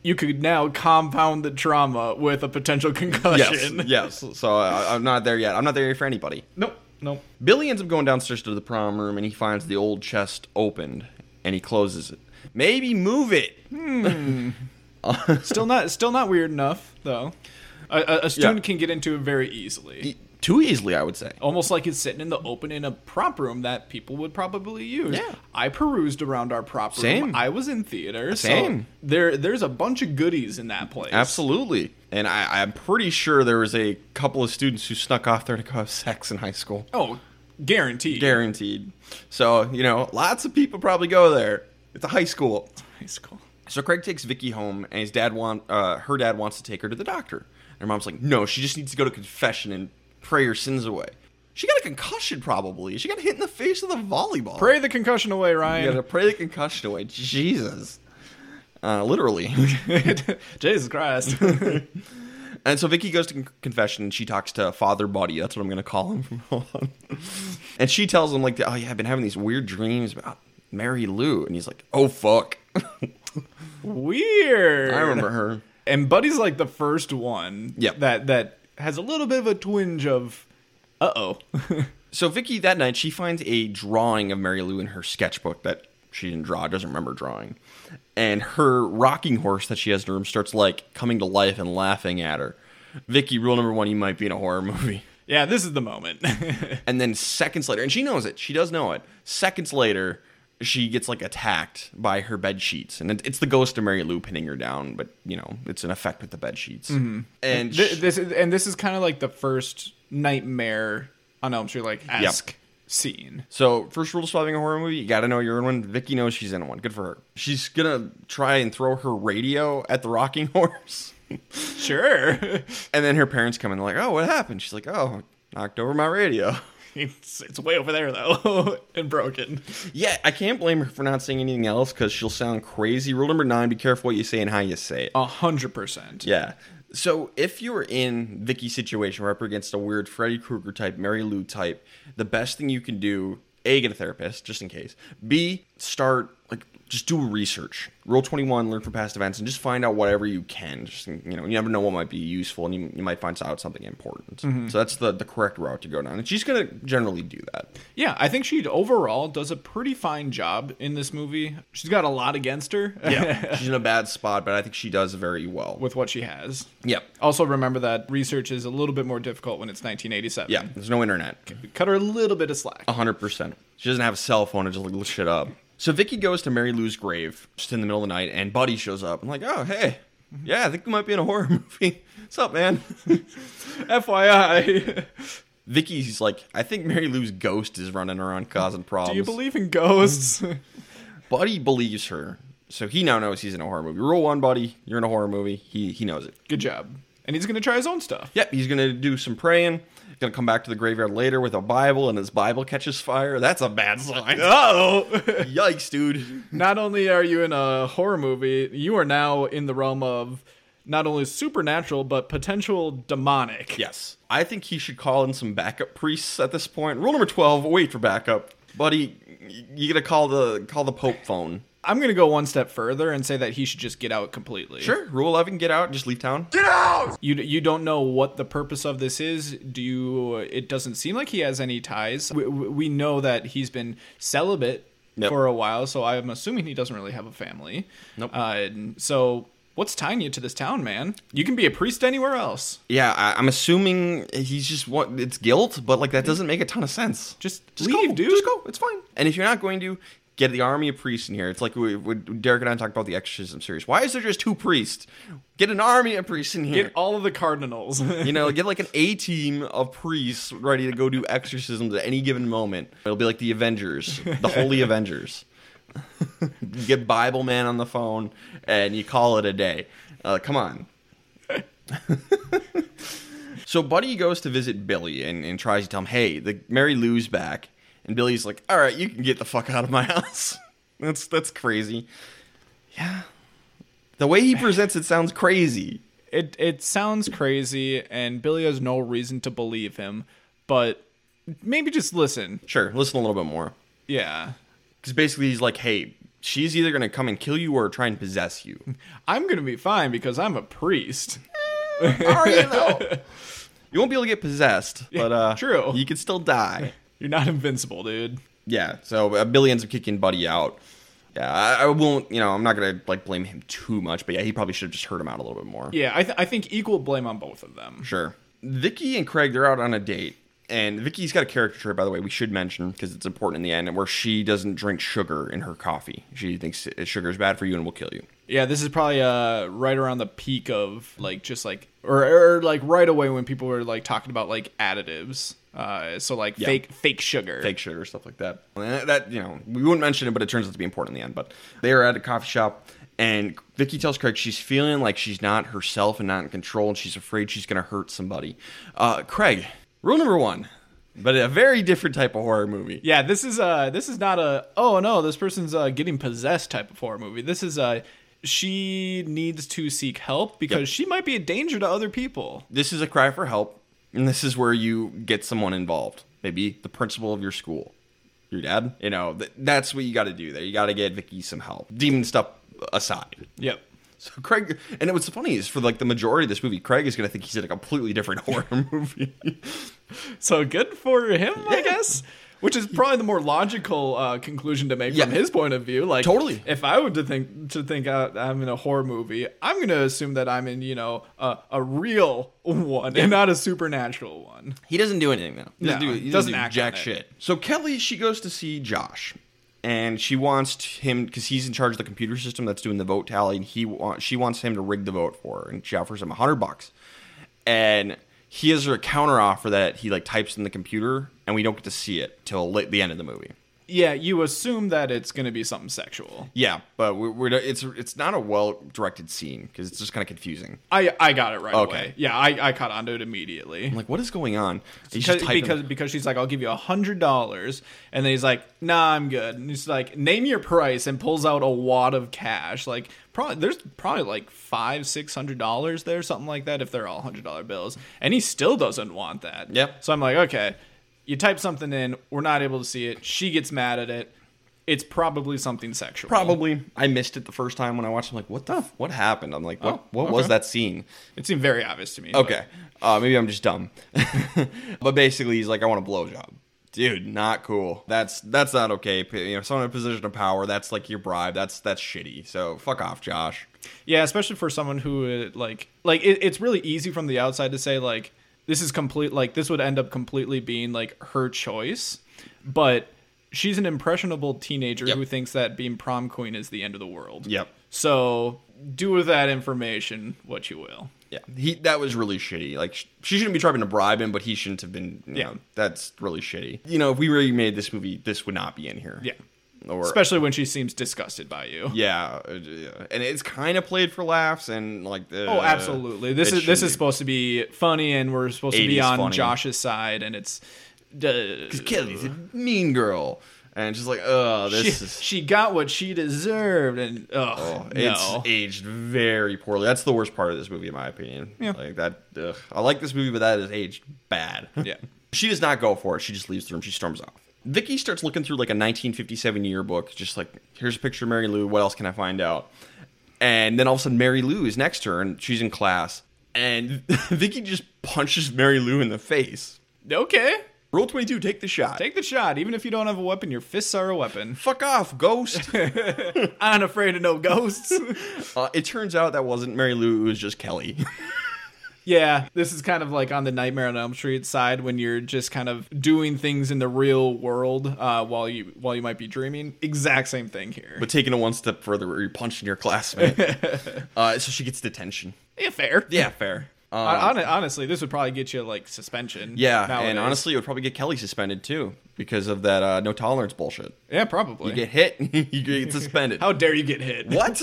S3: you could now compound the trauma with a potential concussion.
S1: yes, yes. So I, I'm not there yet. I'm not there for anybody.
S3: (laughs) Nope. Nope.
S1: Billy ends up going downstairs to the prom room and he finds the old chest opened and he closes it. Maybe move it.
S3: Still not, still not weird enough though. A, a, a student can get into it very easily,
S1: Too easily, I would say.
S3: almost like it's sitting in the open in a prop room that people would probably use.
S1: Yeah.
S3: I perused around our prop room.
S1: Same.
S3: I was in theater. so
S1: Same.
S3: there, there's a bunch of goodies in that place.
S1: Absolutely. And I, I'm pretty sure there was a couple of students who snuck off there to go have sex in high school.
S3: Oh, guaranteed.
S1: Guaranteed. So, you know, lots of people probably go there. It's a high school.
S3: High school.
S1: So Craig takes Vicky home, and his dad want uh, her dad wants to take her to the doctor. And her mom's like, "No, she just needs to go to confession and pray her sins away." She got a concussion, probably. She got hit in the face with a volleyball.
S3: Pray the concussion away, Ryan.
S1: You gotta pray the concussion away. Jesus, uh, literally. (laughs)
S3: (laughs) Jesus Christ.
S1: and so Vicky goes to con- confession, and she talks to Father Buddy. That's what I'm gonna call him from now on. (laughs) and she tells him like, "Oh yeah, I've been having these weird dreams about Mary Lou," and he's like, "Oh fuck." (laughs)
S3: Weird.
S1: I remember her.
S3: And Buddy's like the first one
S1: Yep.
S3: that that has a little bit of a twinge of uh oh.
S1: (laughs) So Vicky that night she finds a drawing of Mary Lou in her sketchbook that she didn't draw, doesn't remember drawing. And her rocking horse that she has in her room starts like coming to life and laughing at her. Vicky, rule number one, you might be in a horror movie. (laughs)
S3: yeah, this is the moment. (laughs)
S1: And then seconds later, and she knows it, she does know it. Seconds later, she gets like attacked by her bed sheets, and it- it's the ghost of Mary Lou pinning her down. But you know, it's an effect with the bed sheets. And
S3: Th-
S1: she-
S3: this is, and this is kind of like the first nightmare on Elm Street like esque scene.
S1: So, first rule of solving a horror movie, you gotta know you're in one. Vicky knows she's in one. Good for her. She's gonna try and throw her radio at the rocking (laughs) horse.
S3: Sure.
S1: (laughs) And then her parents come in, they're like, oh, what happened? She's like, oh, knocked over my radio.
S3: (laughs)
S1: (laughs)
S3: it's it's way over there though (laughs) and broken.
S1: Yeah, I can't blame her for not saying anything else because she'll sound crazy. Rule number nine be careful what you say and how you say it.
S3: A hundred percent.
S1: Yeah. So if you're in Vicky's situation, we're up against a weird Freddy Krueger type, Mary Lou type, the best thing you can do: a get a therapist just in case. B start like just do research. Rule 21, learn from past events, and just find out whatever you can. Just you know, you never know what might be useful, and you, you might find out something important. So that's the, the correct route to go down. And she's gonna generally do that.
S3: Yeah, I think she overall does a pretty fine job in this movie. She's got a lot against her (laughs)
S1: Yeah, (laughs) she's in a bad spot, but I think she does very well.
S3: with what she has.
S1: yep,
S3: Also, remember that research is a little bit more difficult when it's 1987.
S1: yeah. There's no internet.
S3: Cut her a little bit of slack.
S1: hundred percent. She doesn't have a cell phone and just like looks shit up. So Vicky goes to Mary Lou's grave just in the middle of the night, and Buddy shows up. I'm like, oh hey, yeah, I think we might be in a horror (laughs) movie. What's up, man? (laughs)
S3: Uh, (laughs) FYI,
S1: Vicky's like, I think Mary Lou's ghost is running around causing problems.
S3: do you believe in ghosts? (laughs)
S1: Buddy believes her, so he now knows he's in a horror movie. Rule one, Buddy, you're in a horror movie. He he knows it.
S3: Good job. And he's going to try his own stuff.
S1: Yep, he's gonna do some praying. He's gonna come back to the graveyard later with a Bible, and his Bible catches fire. That's a bad sign.
S3: (laughs) Oh.
S1: Yikes, dude.
S3: not only are you in a horror movie, you are now in the realm of not only supernatural but potential demonic.
S1: Yes. I think he should call in some backup priests at this point. Rule number 12, wait for backup. Buddy, y- you got to call the call the pope phone.
S3: I'm going to go one step further and say that he should just get out completely.
S1: Sure, rule 11, get out, just leave town.
S3: You you don't know what the purpose of this is. Do you it doesn't seem like he has any ties. We, we we know that he's been celibate
S1: Nope.
S3: for a while, so I'm assuming he doesn't really have a family.
S1: Nope.
S3: Uh, and so what's tying you to this town, man? You can be a priest anywhere else.
S1: Yeah, I, I'm assuming he's just what it's guilt, but like that doesn't make a ton of sense.
S3: Just,
S1: Just
S3: leave,
S1: go,
S3: dude.
S1: Just go. It's fine. And if you're not going to, get the army of priests in here. It's like we, we, Derek and I talked about the exorcism series. Why is there just two priests? Get an army of priests in here.
S3: Get all of the cardinals. (laughs)
S1: You know, get like an A team of priests ready to go do exorcisms at any given moment. It'll be like the Avengers, the Holy Avengers. You get Bible Man on the phone and you call it a day. Uh, come on. so Buddy goes to visit Billy and, and tries to tell him, hey, the Mary Lou's back. And Billy's like, all right, you can get the fuck out of my (laughs) house. that's that's crazy. Yeah. The way he presents it sounds crazy.
S3: It it sounds crazy, and Billy has no reason to believe him, but maybe just listen.
S1: Sure, listen a little bit more.
S3: Yeah,
S1: Because basically, he's like, hey, she's either going to come and kill you or try and possess you. (laughs)
S3: I'm gonna be fine because I'm a priest.
S1: Are you, though? (laughs) You won't be able to get possessed, but uh,
S3: true.
S1: you can still (laughs) die.
S3: You're not invincible, dude.
S1: Yeah, so uh, Billy ends up kicking Buddy out. Yeah, I, I won't, you know, I'm not going to, like, blame him too much, but yeah, he probably should have just hurt him out a little bit more.
S3: Yeah, I th- I think equal blame on both of them.
S1: Sure. Vicky and Craig, they're out on a date. And Vicky's got a character trait, by the way, we should mention because it's important in the end, where she doesn't drink sugar in her coffee. She thinks uh, sugar is bad for you and will kill you.
S3: Yeah, this is probably uh right around the peak of like just like or or like right away when people were like talking about like additives. Uh, so like
S1: Yeah.
S3: fake fake sugar.
S1: fake sugar stuff like that. And that you know, we wouldn't mention it, but it turns out to be important in the end. But they are at a coffee shop, and Vicky tells Craig she's feeling like she's not herself and not in control, and she's afraid she's going to hurt somebody. Uh, Craig, rule number one, but a very different type of horror movie.
S3: Yeah, this is uh this is not a oh no, this person's uh getting possessed type of horror movie. This is uh she needs to seek help because
S1: Yep.
S3: she might be a danger to other people.
S1: This is a cry for help, and this is where you get someone involved. Maybe the principal of your school, your dad. You know, th- that's what you got to do there. You got to get Vicky some help. Demon stuff aside.
S3: Yep.
S1: So Craig, and what's funny is for like the majority of this movie, Craig is going to think he's in a completely different horror movie.
S3: So good for him, I guess. Which is probably the more logical uh, conclusion to make from
S1: Yeah.
S3: his point of view. Like,
S1: Totally.
S3: If I were to think to think out, I'm in a horror movie, I'm going to assume that I'm in you know a, a real one and not a supernatural one.
S1: (laughs) he doesn't do anything though. He doesn't,
S3: No,
S1: do,
S3: he
S1: he
S3: doesn't
S1: doesn't do
S3: act
S1: jack
S3: on it.
S1: shit. So Kelly, she goes to see Josh, and she wants him because he's in charge of the computer system that's doing the vote tally, and he wants she wants him to rig the vote for her, and she offers him a hundred bucks, and he has her a counter offer that he like types in the computer, and we don't get to see it till late, the end of the movie.
S3: Yeah, you assume that it's going to be something sexual.
S1: Yeah, but we're, we're it's it's not a well directed scene because it's just kind of confusing.
S3: I I got it right
S1: Okay.
S3: away. Yeah, I, I caught onto it immediately.
S1: I'm like, what is going on? He's
S3: because
S1: just typing-
S3: because, because she's like, I'll give you a hundred dollars, and then he's like, Nah, I'm good. And he's like, Name your price, and pulls out a wad of cash. Like, probably there's probably like five, six hundred dollars there, something like that, if they're all hundred dollar bills. And he still doesn't want that.
S1: Yep.
S3: So I'm like, okay, you type something in, we're not able to see it. She gets mad at it. it's probably something sexual.
S1: Probably, I missed it the first time when I watched. it. I'm like, what the? f- What happened? I'm like, what?
S3: Oh,
S1: what was
S3: okay.
S1: that scene?
S3: It seemed very obvious to me. but-
S1: Okay, uh, maybe I'm just dumb. (laughs) but basically, he's like, I want a blowjob, dude. Not cool. That's that's not okay. P- You know, someone in a position of power. That's like your bribe. That's that's shitty. So fuck off, Josh.
S3: Yeah, especially for someone who uh, like like it, it's really easy from the outside to say like this is complete like this would end up completely being like her choice, but she's an impressionable teenager
S1: Yep.
S3: who thinks that being prom queen is the end of the world.
S1: Yep.
S3: So do with that information what you will.
S1: Yeah, he that was really shitty. Like sh- she shouldn't be trying to bribe him, but he shouldn't have been. You
S3: Yeah.
S1: know, that's really shitty. You know, if we really made this movie, this would not be in here.
S3: Yeah.
S1: or
S3: Especially when she seems disgusted by you.
S1: yeah, uh, yeah. and it's kind of played for laughs and like. Uh,
S3: Oh, absolutely. This
S1: it
S3: is this
S1: shouldn't
S3: is supposed to be funny, and we're supposed to be
S1: 80s
S3: on
S1: funny.
S3: Josh's side, and it's. Uh,
S1: be. Kelly's a mean girl, and she's like, oh, this
S3: she,
S1: is.
S3: she got what she deserved, and ugh,
S1: Oh,
S3: no.
S1: It's aged very poorly. That's the worst part of this movie, in my opinion.
S3: Yeah.
S1: Like that. Ugh. I like this movie, but that is aged bad.
S3: Yeah.
S1: She does not go for it. She just leaves the room. She storms off. Vicky starts looking through like a 1957 yearbook, just like here's a picture of Mary Lou. What else can I find out? And then all of a sudden, Mary Lou is next to her, and she's in class, and (laughs) Vicky just punches Mary Lou in the face.
S3: okay,
S1: Rule 22, take the shot.
S3: take the shot. Even if you don't have a weapon, your fists are a weapon.
S1: Fuck off, ghost. (laughs)
S3: I'm afraid of no ghosts. (laughs)
S1: uh, it turns out that wasn't Mary Lou. It was just Kelly. (laughs)
S3: yeah, this is kind of like on the Nightmare on Elm Street side when you're just kind of doing things in the real world uh, while you while you might be dreaming. Exact same thing here.
S1: but taking it one step further where you're punching your (laughs) classmate. uh, so she gets detention.
S3: yeah, fair.
S1: Yeah, fair. Um,
S3: Hon- honestly, this would probably get you like suspension.
S1: yeah,
S3: nowadays.
S1: and honestly, it would probably get Kelly suspended too because of that uh, no tolerance bullshit.
S3: yeah, probably.
S1: You get hit, (laughs) you get suspended.
S3: How dare you get
S1: (laughs)
S3: hit?
S1: what?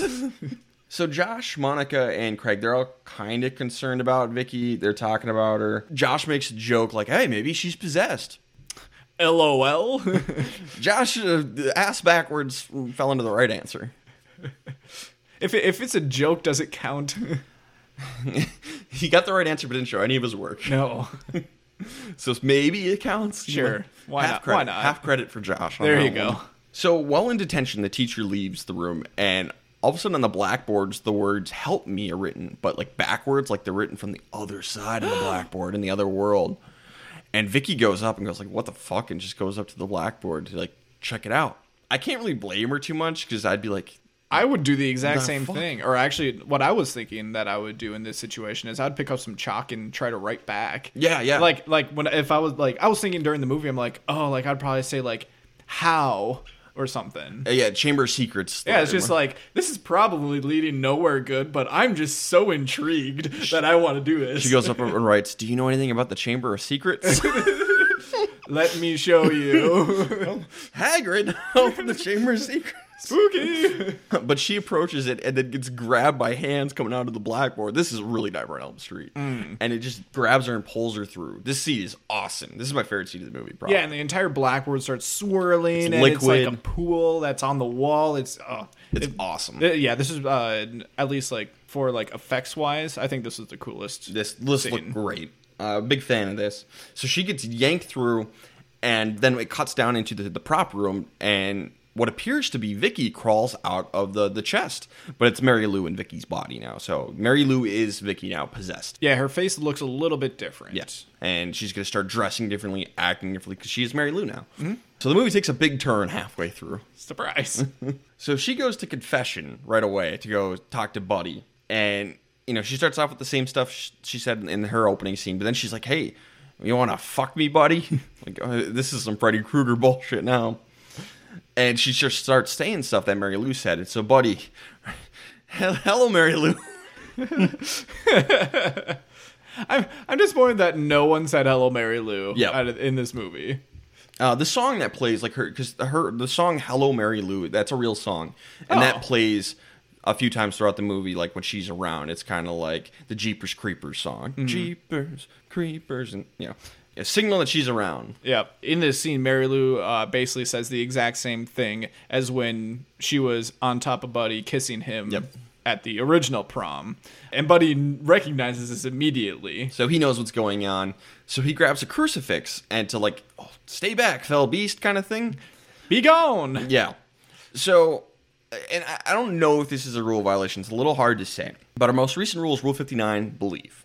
S1: so Josh, Monica, and Craig, they're all kind of concerned about Vicky. They're talking about her. Josh makes a joke like, "Hey, maybe she's possessed."
S3: (laughs)
S1: (laughs)
S3: LOL.
S1: Josh, uh, ass backwards, fell into the right answer.
S3: if it, if it's a joke, does it count? (laughs)
S1: He got the right answer, but didn't show any of his work. (laughs)
S3: no.
S1: So maybe it counts.
S3: Sure. Why
S1: half
S3: not?
S1: Credit,
S3: Why not?
S1: Half credit for Josh. on
S3: There
S1: that
S3: you go.
S1: one. So while in detention, the teacher leaves the room, and all of a sudden on the blackboards, the words "Help me" are written, but like backwards, like they're written from the other side
S3: (gasps)
S1: of the blackboard in the other world. And Vicky goes up and goes like, "What the fuck?" and just goes up to the blackboard to like check it out. I can't really blame her too much because I'd be like,
S3: I would do the exact
S1: The
S3: same
S1: fuck?
S3: thing. Or actually, what I was thinking that I would do in this situation is I'd pick up some chalk and try to write back.
S1: Yeah, yeah.
S3: Like, like when if I was like, I was thinking during the movie, I'm like, oh, like I'd probably say like how or something.
S1: "Uh, "Yeah, Chamber of Secrets."
S3: Yeah, it's just like this is probably leading nowhere good, but I'm just so intrigued that I want to do this.
S1: she goes up and writes, "Do you know anything about the Chamber of
S3: (laughs)
S1: Secrets?" (laughs)
S3: Let me show you.
S1: Hagrid, (laughs) open the Chamber of Secrets.
S3: Spooky.
S1: (laughs) But she approaches it and then gets grabbed by hands coming out of the blackboard. This is really Nightmare on Elm Street.
S3: Mm.
S1: And it just grabs her and pulls her through. This scene is awesome. This is my favorite scene of the movie, probably.
S3: Yeah, and the entire blackboard starts swirling, and it's like
S1: liquid.
S3: a pool that's on the wall. It's oh,
S1: it's
S3: it-
S1: awesome.
S3: Uh, yeah, this is uh, at least like for like effects wise, I think this is the coolest.
S1: this this looked
S3: Scene.
S1: great. Uh, big fan of this. So she gets yanked through, and then it cuts down into the, the prop room, and what appears to be Vicky crawls out of the, the chest, but it's Mary Lou and Vicky's body now. So Mary Lou is Vicky now possessed.
S3: Yeah, her face looks a little bit different.
S1: Yes. And she's going to start dressing differently, acting differently, because she is Mary Lou now. So the movie takes a big turn halfway through.
S3: surprise. (laughs)
S1: So she goes to confession right away to go talk to Buddy. And, you know, she starts off with the same stuff sh- she said in her opening scene, but then she's like, hey, you want to fuck me, buddy? (laughs) like, uh, this is some Freddy Krueger bullshit now. And she just starts saying stuff that Mary Lou said. And so, Buddy, (laughs) hell- hello, Mary Lou.
S3: I'm I'm disappointed that no one said "Hello, Mary Lou"
S1: Yeah.
S3: out of- in this movie.
S1: Uh, the song that plays, like her, because her the song "Hello Mary Lou" that's a real song, and
S3: Oh.
S1: that plays a few times throughout the movie. Like when she's around, it's kind of like the Jeepers Creepers song, Jeepers Creepers, and you know, a signal that she's around.
S3: Yeah, in this scene, Mary Lou uh, basically says the exact same thing as when she was on top of Buddy kissing him
S1: Yep.
S3: at the original prom, and Buddy recognizes this immediately.
S1: So he knows what's going on. So he grabs a crucifix and to like oh, stay back, fell beast, kind of thing.
S3: Be gone.
S1: Yeah. So, and I- I don't know if this is a rule violation. It's a little hard to say. But our most recent rule is Rule 59, believe.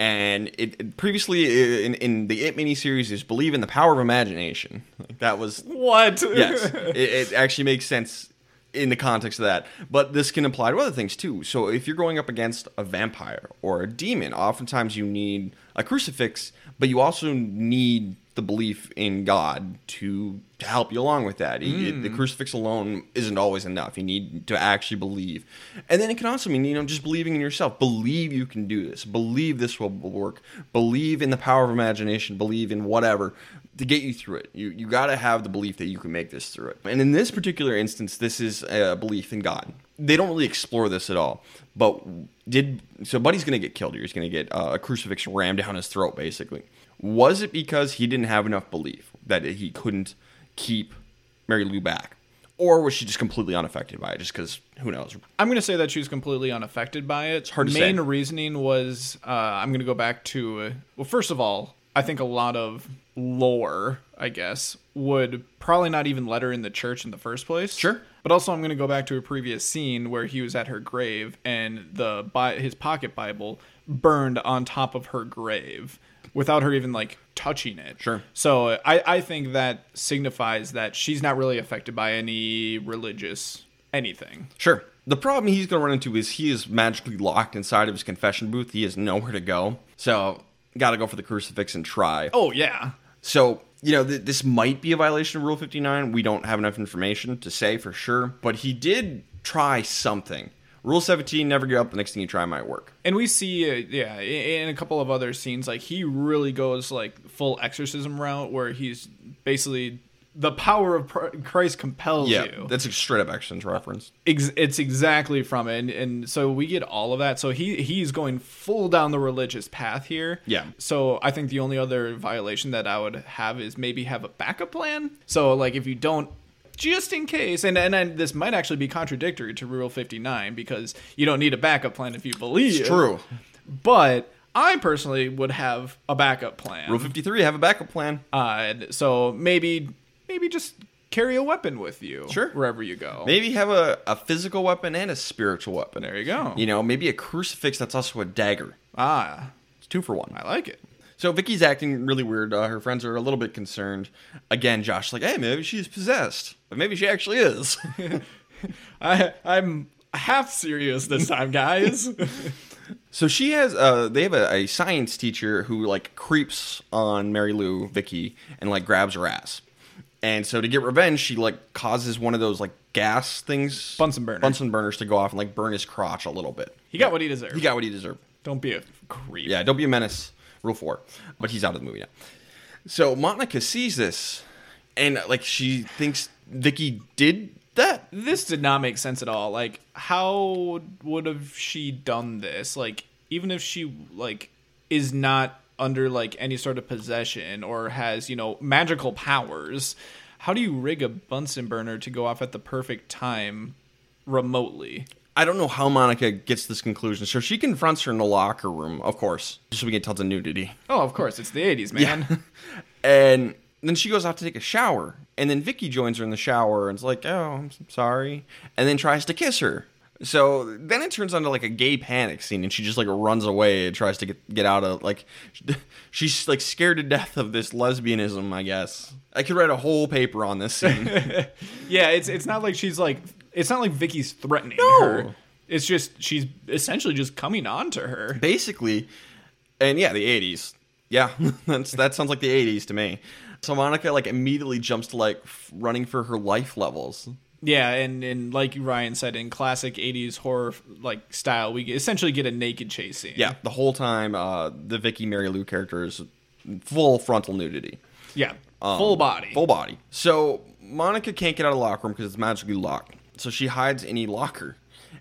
S1: And it, it- previously i- in, in the It miniseries is believe in the power of imagination. Like that was
S3: (laughs) What? (laughs)
S1: yes, it, it actually makes sense in the context of that. But this can apply to other things too. So if you're going up against a vampire or a demon, oftentimes you need a crucifix, but you also need the belief in God to, to help you along with that. You- it- the crucifix alone isn't always enough. You need to actually believe. And then it can also mean, you know, just believing in yourself. Believe you can do this. Believe this will work. Believe in the power of imagination. Believe in whatever to get you through it. You you got to have the belief that you can make this through it. And in this particular instance, this is a belief in God. They don't really explore this at all. But did so Buddy's going to get killed here. He's going to get uh, a crucifix rammed down his throat basically. Was it because he didn't have enough belief that he couldn't keep Mary Lou back? Or was she just completely unaffected by it just cuz who knows?
S3: I'm going to say that she was completely unaffected by it.
S1: hard to
S3: Main
S1: say.
S3: reasoning was uh, I'm going to go back to uh, well, first of all, I think a lot of lore, I guess, would probably not even let her in the church in the first place.
S1: Sure.
S3: But also, I'm going to go back to a previous scene where he was at her grave and the bi- his pocket Bible burned on top of her grave without her even like touching it.
S1: Sure.
S3: So I, I think that signifies that she's not really affected by any religious anything.
S1: Sure. The problem he's going to run into is he is magically locked inside of his confession booth. He has nowhere to go. So, got to go for the crucifix and try.
S3: Oh yeah.
S1: So, you know, th- this might be a violation of Rule 59. We don't have enough information to say for sure, but he did try something. Rule 17 never give up. The next thing you try might work.
S3: And we see, uh, yeah, i- in a couple of other scenes, like he really goes like full exorcism route, where he's basically the power of pr- Christ compels
S1: Yeah.
S3: you.
S1: That's a straight up Exorcist reference.
S3: Ex- it's exactly from it, and, and so we get all of that. So he he's going full down the religious path here.
S1: Yeah.
S3: So I think the only other violation that I would have is maybe have a backup plan. So like if you don't. Just in case, and, and and this might actually be contradictory to Rule Fifty Nine because you don't need a backup plan if you believe.
S1: It's true.
S3: but I personally would have a backup plan.
S1: Rule 53, have a backup plan.
S3: Uh, so maybe maybe just carry a weapon with you,
S1: Sure.
S3: wherever you go.
S1: Maybe have a, a physical weapon and a spiritual weapon.
S3: There you go.
S1: You know, maybe a crucifix that's also a dagger.
S3: Ah,
S1: It's two for one.
S3: I like it.
S1: So Vicky's acting really weird. Uh, her friends are a little bit concerned. Again, Josh's like, hey, maybe she's possessed. But maybe she actually is. (laughs)
S3: I I'm half serious this
S1: (laughs)
S3: time, guys.
S1: so she has, uh, they have a, a science teacher who like creeps on Mary Lou, Vicky, and like grabs her ass. And so to get revenge, she like causes one of those like gas things,
S3: Bunsen burner.
S1: Bunsen burners to go off and like burn his crotch a little bit.
S3: he got what he deserved.
S1: He got what he deserved.
S3: Don't be a creep.
S1: Yeah, don't be a menace. Rule four. But he's out of the movie now. So Monica sees this, and like she thinks Vicky did that.
S3: This did not make sense at all. Like, how would have she done this? Like, even if she like is not under like any sort of possession or has you know magical powers, how do you rig a Bunsen burner to go off at the perfect time remotely?
S1: I don't know how Monica gets this conclusion. So she confronts her in the locker room, of course, just so we get tons of nudity.
S3: Oh, of course, it's the '80s, man. (laughs)
S1: And then she goes out to take a shower, and then Vicky joins her in the shower and is like, "Oh, I'm s- sorry," and then tries to kiss her. So then it turns onto like a gay panic scene, and she just like runs away and tries to get get out of like (laughs) she's like scared to death of this lesbianism. I guess I could write a whole paper on this scene.
S3: Yeah, it's it's not like she's like it's not like Vicky's threatening
S1: No.
S3: her. It's just she's essentially just coming on to her.
S1: basically. And yeah, the '80s. Yeah, (laughs) that's that sounds like the '80s to me. So Monica like immediately jumps to like f- running for her life levels.
S3: Yeah, and and like Ryan said in classic 80s horror like style, we essentially get a naked chase scene.
S1: Yeah, the whole time uh, the Vicky Mary Lou character is full frontal nudity,
S3: Yeah. full body.
S1: Um, full body. So Monica can't get out of the locker room because it's magically locked. So she hides in a locker,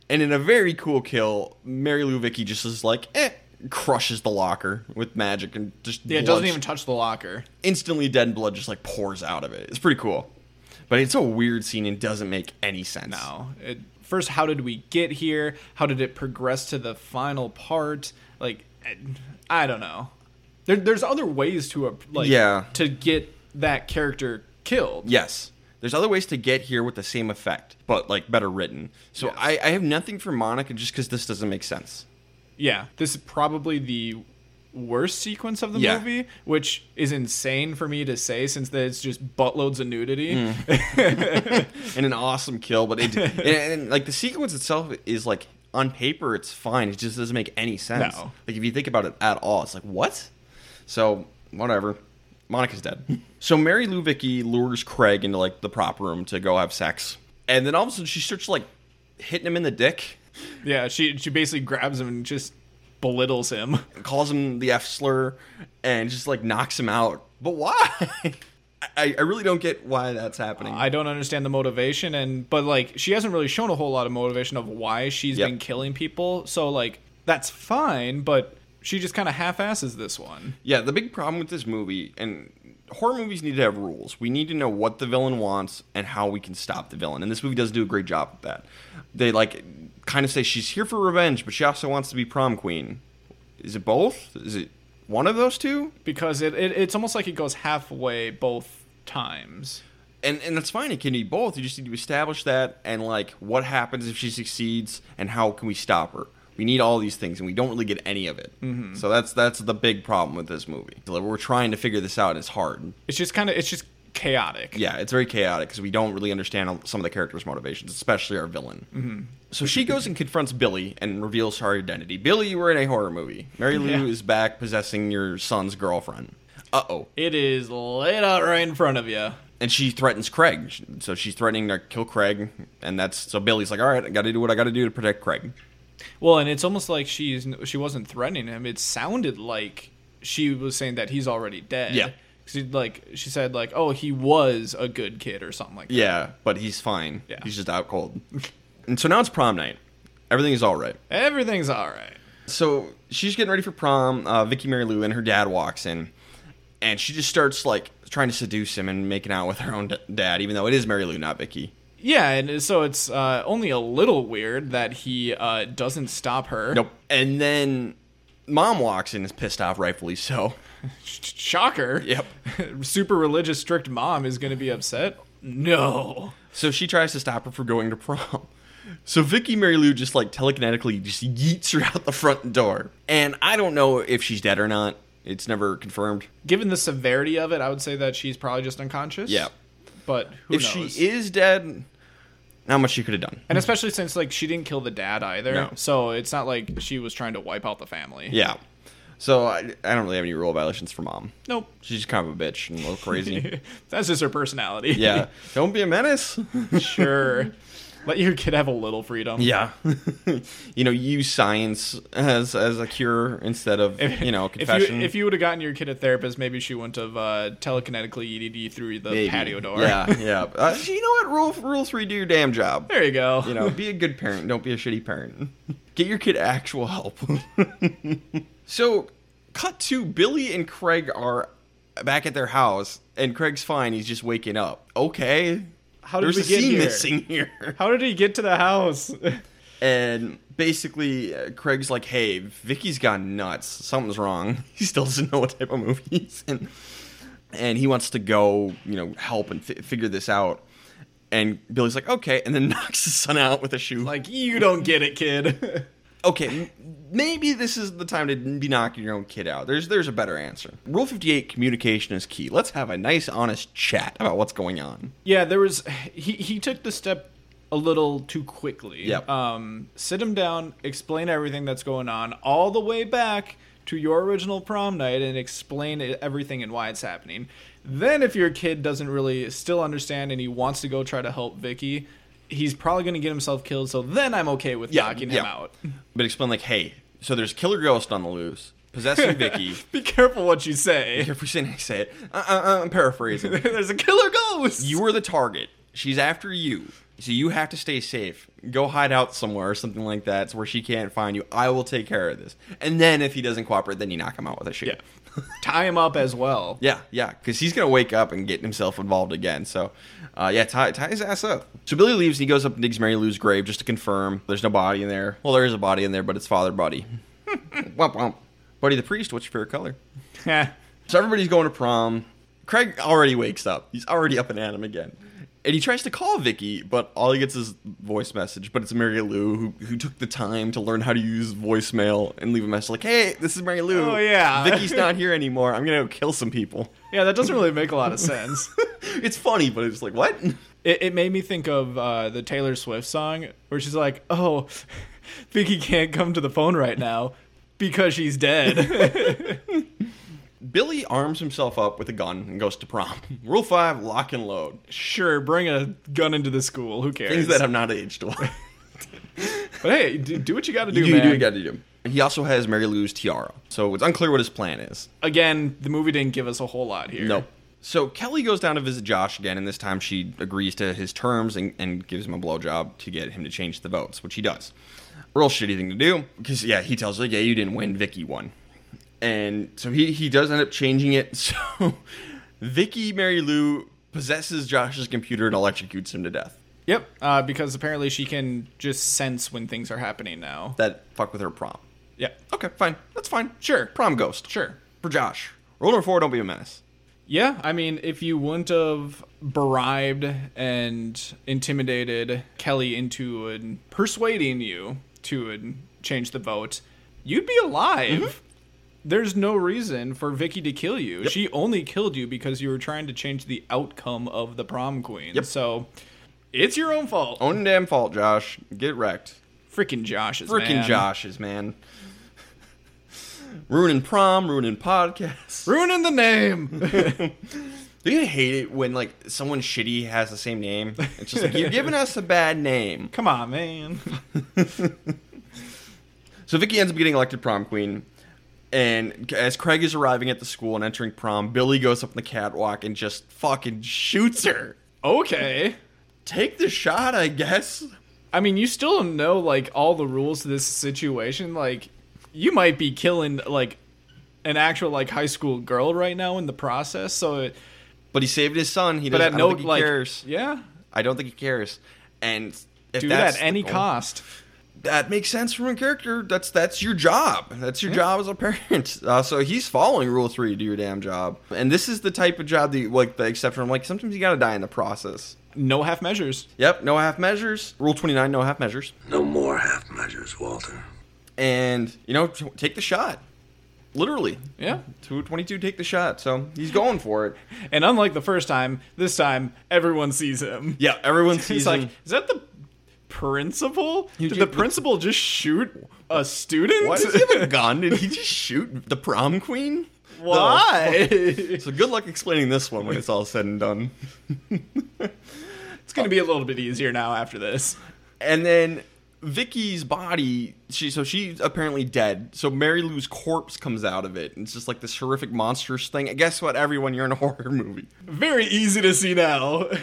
S1: and in a very cool kill, Mary Lou Vicky just is like, eh, crushes the locker with magic and just
S3: yeah, it
S1: blood-
S3: doesn't even touch the locker.
S1: instantly dead and blood just like pours out of it. It's pretty cool, but it's a weird scene and doesn't make any sense.
S3: No. It, first, how did we get here? How did it progress to the final part? Like I I don't know. There, there's other ways to uh, like
S1: Yeah.
S3: to get that character killed.
S1: Yes. There's other ways to get here with the same effect, but like better written. So I, I have nothing for Monica just because this doesn't make sense.
S3: Yeah, this is probably the worst sequence of the
S1: Yeah.
S3: movie, which is insane for me to say since that it's just buttloads of nudity.
S1: Mm. and an awesome kill. But it and, and, like the sequence itself is like on paper, it's fine. It just doesn't make any sense.
S3: No.
S1: Like if you think about it at all, it's like what? So whatever. Monica's dead. So Mary Lou Vicky lures Craig into like the prop room to go have sex, and then all of a sudden she starts like hitting him in the dick,
S3: Yeah, she she basically grabs him and just belittles him.
S1: calls him the F slur, and just like knocks him out. But why? (laughs) I, I really don't get why that's happening.
S3: I don't understand the motivation and but like she hasn't really shown a whole lot of motivation of why she's
S1: Yep.
S3: been killing people. So like that's fine, but she just kind of half-asses this one.
S1: Yeah, the big problem with this movie, and horror movies need to have rules. We need to know what the villain wants and how we can stop the villain. And this movie does do a great job of that. They like kind of say she's here for revenge, but she also wants to be prom queen. Is it both? Is it one of those two?
S3: because it, it it's almost like it goes halfway both times.
S1: And and that's fine. It can be both. You just need to establish that and like what happens if she succeeds and how can we stop her. We need all these things, and we don't really get any of it. So that's that's the big problem with this movie. We're trying to figure this out. and It's hard.
S3: It's just kind of it's just chaotic.
S1: yeah, it's very chaotic because we don't really understand some of the characters' motivations, especially our villain. Mm-hmm. So she goes and confronts Billy and reveals her identity. Billy, you were in a horror movie. Mary Lou
S3: Yeah.
S1: is back possessing your son's girlfriend. Uh oh.
S3: It is laid out right in front of you.
S1: And she threatens Craig. So she's threatening to kill Craig. And that's so Billy's like, all right, I got to do what I got to do to protect Craig.
S3: Well, and it's almost like she's she wasn't threatening him. It sounded like she was saying that he's already dead.
S1: Yeah.
S3: 'Cause he- like she said like, "Oh, he was a good kid" or something like that.
S1: Yeah, but he's fine.
S3: Yeah.
S1: He's just out cold. and so now it's prom night. Everything is all right.
S3: Everything's all right.
S1: So she's getting ready for prom. Uh, Vicky Mary Lou and her dad walks in, and she just starts like trying to seduce him and making out with her own d- dad, even though it is Mary Lou, not Vicky.
S3: Yeah, and so it's uh, only a little weird that he uh, doesn't stop her.
S1: Nope. And then mom walks in, is pissed off, rightfully so.
S3: Sh- Shocker.
S1: Yep.
S3: (laughs) Super religious, strict mom is going to be upset. No.
S1: So she tries to stop her from going to prom. (laughs) So Vicky Mary Lou just like telekinetically just yeets her out the front door, and I don't know if she's dead or not. It's never confirmed.
S3: given the severity of it, I would say that she's probably just unconscious.
S1: Yeah.
S3: But who
S1: if
S3: knows?
S1: she is dead, not much she could have done.
S3: and especially since like she didn't kill the dad either,
S1: No.
S3: so it's not like she was trying to wipe out the family.
S1: Yeah. So I, I don't really have any rule violations for mom.
S3: Nope. (laughs)
S1: She's kind of a bitch and a little crazy.
S3: That's just her personality.
S1: yeah. Don't be a menace.
S3: (laughs) sure. Let your kid have a little freedom.
S1: Yeah. (laughs) you know, use science as as a cure instead of, you know,
S3: If you,
S1: confession.
S3: if you would have gotten your kid a therapist, maybe she wouldn't have uh, telekinetically EDD through the
S1: Maybe.
S3: patio door.
S1: Yeah, yeah. Uh, you know what? Rule rule 3 do your damn job.
S3: (laughs) There you go.
S1: You know, be a good parent, don't be a shitty parent. (laughs) Get your kid actual help. (laughs) so, cut to Billy and Craig are back at their house and Craig's fine, he's just waking up. Okay.
S3: How did
S1: There's
S3: we
S1: a
S3: get
S1: scene
S3: here?
S1: missing (laughs) here.
S3: How did he get to the house? (laughs)
S1: And basically, uh, Craig's like, "Hey, Vicky's gone nuts. Something's wrong. (laughs) He still doesn't know what type of movie he's in, and he wants to go, you know, help and fi- figure this out." And Billy's like, "Okay," and then (laughs) knocks his son out with a shoe.
S3: like you don't get it, kid. (laughs)
S1: okay, m- maybe this is the time to be knocking your own kid out. There's there's a better answer. Rule fifty eight: communication is key. Let's have a nice, honest chat about what's going on.
S3: Yeah, there was he he took the step a little too quickly.
S1: Yep.
S3: Um sit him down, explain everything that's going on all the way back to your original prom night and explain it- everything and why it's happening. Then if your kid doesn't really still understand and he wants to go try to help Vicky, he's probably going to get himself killed, so then I'm okay with knocking him (laughs) out.
S1: But explain like, "Hey, so there's killer ghost on the loose, possessing
S3: (laughs)
S1: Vicky."
S3: Be careful what you say.
S1: If we say say it, uh, uh, uh, I'm paraphrasing.
S3: (laughs) There's a killer ghost.
S1: you were the target. She's after you, so you have to stay safe. Go hide out somewhere or something like that, so where she can't find you. I will take care of this. And then if he doesn't cooperate, then you knock him out with a shoe.
S3: yeah. (laughs) Tie him up as well.
S1: Yeah, yeah, because he's gonna wake up and get himself involved again. So, uh, yeah, tie, tie his ass up. So Billy leaves and he goes up and digs Mary Lou's grave just to confirm there's no body in there. Well, there is a body (laughs) in there, but it's Father Buddy. womp womp. Buddy the priest. What's your favorite color?
S3: Yeah.
S1: So everybody's going to prom. Craig already wakes up. He's already up and at him again. And he tries to call Vicky, but all he gets is voice message. But it's Mary Lou who, who took the time to learn how to use voicemail and leave a message like, "Hey, this is Mary Lou.
S3: Oh, yeah.
S1: Vicky's not here anymore. I'm gonna go kill some people."
S3: (laughs) Yeah, that doesn't really make a lot of sense. (laughs)
S1: (laughs) it's funny, but it's like what? (laughs)
S3: It, it made me think of uh, the Taylor Swift song where she's like, "Oh, (laughs) Vicky can't come to the phone right now because she's dead." (laughs)
S1: Billy arms himself up with a gun and goes to prom. (laughs) Rule five: lock and load.
S3: sure, bring a gun into the school. Who cares?
S1: Things that have not aged (laughs) well.
S3: but hey, do, do what you got to do,
S1: you do
S3: man.
S1: what you gotta do. He also has Mary Lou's tiara, so it's unclear what his plan is.
S3: Again, the movie didn't give us a whole lot here.
S1: No. So Kelly goes down to visit Josh again, and this time she agrees to his terms and, and gives him a blowjob to get him to change the votes, which he does. Real shitty thing to do, because yeah, he tells her, "Yeah, you didn't win. Vicky won," and so he he does end up changing it. (laughs) So Vicky Mary Lou possesses Josh's computer and electrocutes him to death.
S3: Yep, uh, because apparently she can just sense when things are happening now.
S1: That fuck with her prom.
S3: Yep.
S1: Okay, fine, that's fine.
S3: Sure.
S1: Prom ghost.
S3: Sure.
S1: for Josh. Rule number four: Don't be a menace.
S3: Yeah, I mean, if you wouldn't have bribed and intimidated Kelly into uh, persuading you to uh, change the vote, you'd be alive.
S1: Mm-hmm.
S3: There's no reason for Vicky to kill you. She only killed you because you were trying to change the outcome of the prom queen.
S1: Yep.
S3: So it's your own fault.
S1: Own damn fault, Josh. Get wrecked.
S3: Freaking Josh is
S1: Freaking
S3: man.
S1: Josh's man. ruining prom, ruining podcasts.
S3: Ruining the name. (laughs)
S1: Do you hate it when like someone shitty has the same name? It's just like you're giving us a bad name.
S3: Come
S1: (laughs)
S3: on, man.
S1: So Vicky ends up getting elected prom queen. And as Craig is arriving at the school and entering prom, Billy goes up on the catwalk and just fucking shoots her.
S3: Okay.
S1: Take the shot, I guess.
S3: I mean, you still don't know like all the rules to this situation. Like, you might be killing like an actual like high school girl right now in the process. So, it,
S1: But he saved his son. He
S3: but
S1: doesn't.
S3: at
S1: I
S3: no
S1: don't think he
S3: like,
S1: cares.
S3: yeah,
S1: I don't think he cares. And if
S3: do
S1: that's
S3: that at any
S1: the goal-
S3: cost.
S1: that makes sense from a character. That's that's your job. That's your job as a parent. (laughs) Uh, so he's following rule three. Do your damn job. And this is the type of job that you, like the exception. I'm like sometimes you gotta die in the process.
S3: No half measures.
S1: Yep. No half measures. Rule twenty nine. No half measures.
S4: No more half measures, Walter.
S1: And you know, t- take the shot. Literally.
S3: Yeah,
S1: Two twenty two. Take the shot. So he's going for it.
S3: and unlike the first time, this time everyone sees him.
S1: (laughs)
S3: (laughs)
S1: Yeah. (laughs) Everyone
S3: he's
S1: sees
S3: like,
S1: him.
S3: is that the principal?
S1: You
S3: Did
S1: ju-
S3: the principal just shoot a student?
S1: Why (laughs) does he
S3: (laughs)
S1: have a gun? Did he just shoot the prom (laughs) queen? The
S3: Why?
S1: (laughs)
S3: it's
S1: So good luck explaining this one when it's all said and (laughs) done.
S3: gonna be a little bit easier now after this.
S1: And then Vicky's body, she so she's apparently dead. So Mary Lou's corpse comes out of it. And it's just like this horrific monstrous thing. And guess what, everyone, you're in a (laughs) horror movie.
S3: Very easy to see now. (laughs)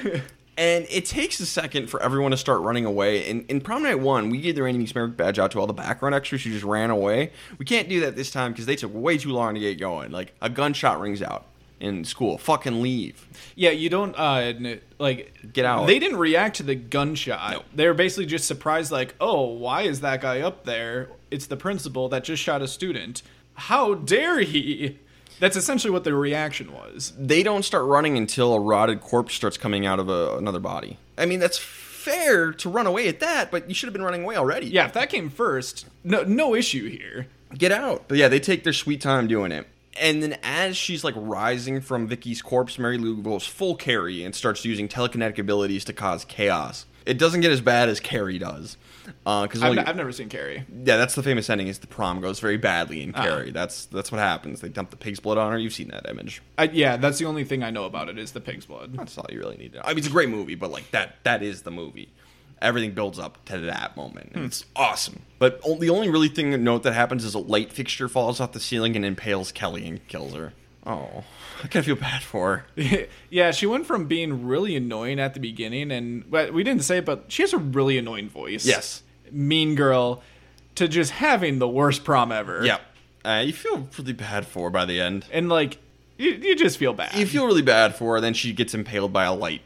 S1: And it takes a second for everyone to start running away. And in prom night one, we gave the Randy Meeks merit badge out to all the background extras who just ran away. We can't do that this time because they took way too long to get going. Like a gunshot rings out in school. Fucking leave.
S3: Yeah, you don't uh n- like
S1: Get out.
S3: They didn't react to the gunshot.
S1: No.
S3: They were basically just surprised, like, "Oh, why is that guy up there? It's the principal that just shot a student. How dare he!" That's essentially what their reaction was.
S1: they don't start running until a rotted corpse starts coming out of a, another body. I mean, that's fair to run away at that, but you should have been running away already.
S3: Yeah, if that came first, no, no issue here.
S1: Get out. But yeah, they take their sweet time doing it. And then as she's like rising from Vicky's corpse, Mary Lou goes full carry and starts using telekinetic abilities to cause chaos. It doesn't get as bad as Carrie does. Because
S3: I've, n- I've never seen Carrie.
S1: yeah, that's the famous ending is the prom goes very badly in Carrie. That's that's what happens. They dump the pig's blood on her. You've seen that image.
S3: I, yeah, that's the only thing I know about it is the pig's blood.
S1: That's all you really need to know. I mean, it's a great movie, but like that, that is the movie. Everything builds up to that moment. And It's awesome. But o- the only really thing to note that happens is a light fixture falls off the ceiling and impales Kelly and kills her. Oh, I kind of feel bad for her.
S3: (laughs) yeah, she went from being really annoying at the beginning, and but we didn't say it, but she has a really annoying voice.
S1: Yes.
S3: mean girl, to just having the worst prom ever.
S1: Yeah, uh, you feel really bad for her by the end.
S3: and like you, you just feel bad.
S1: You feel really bad for her. Then she gets impaled by a light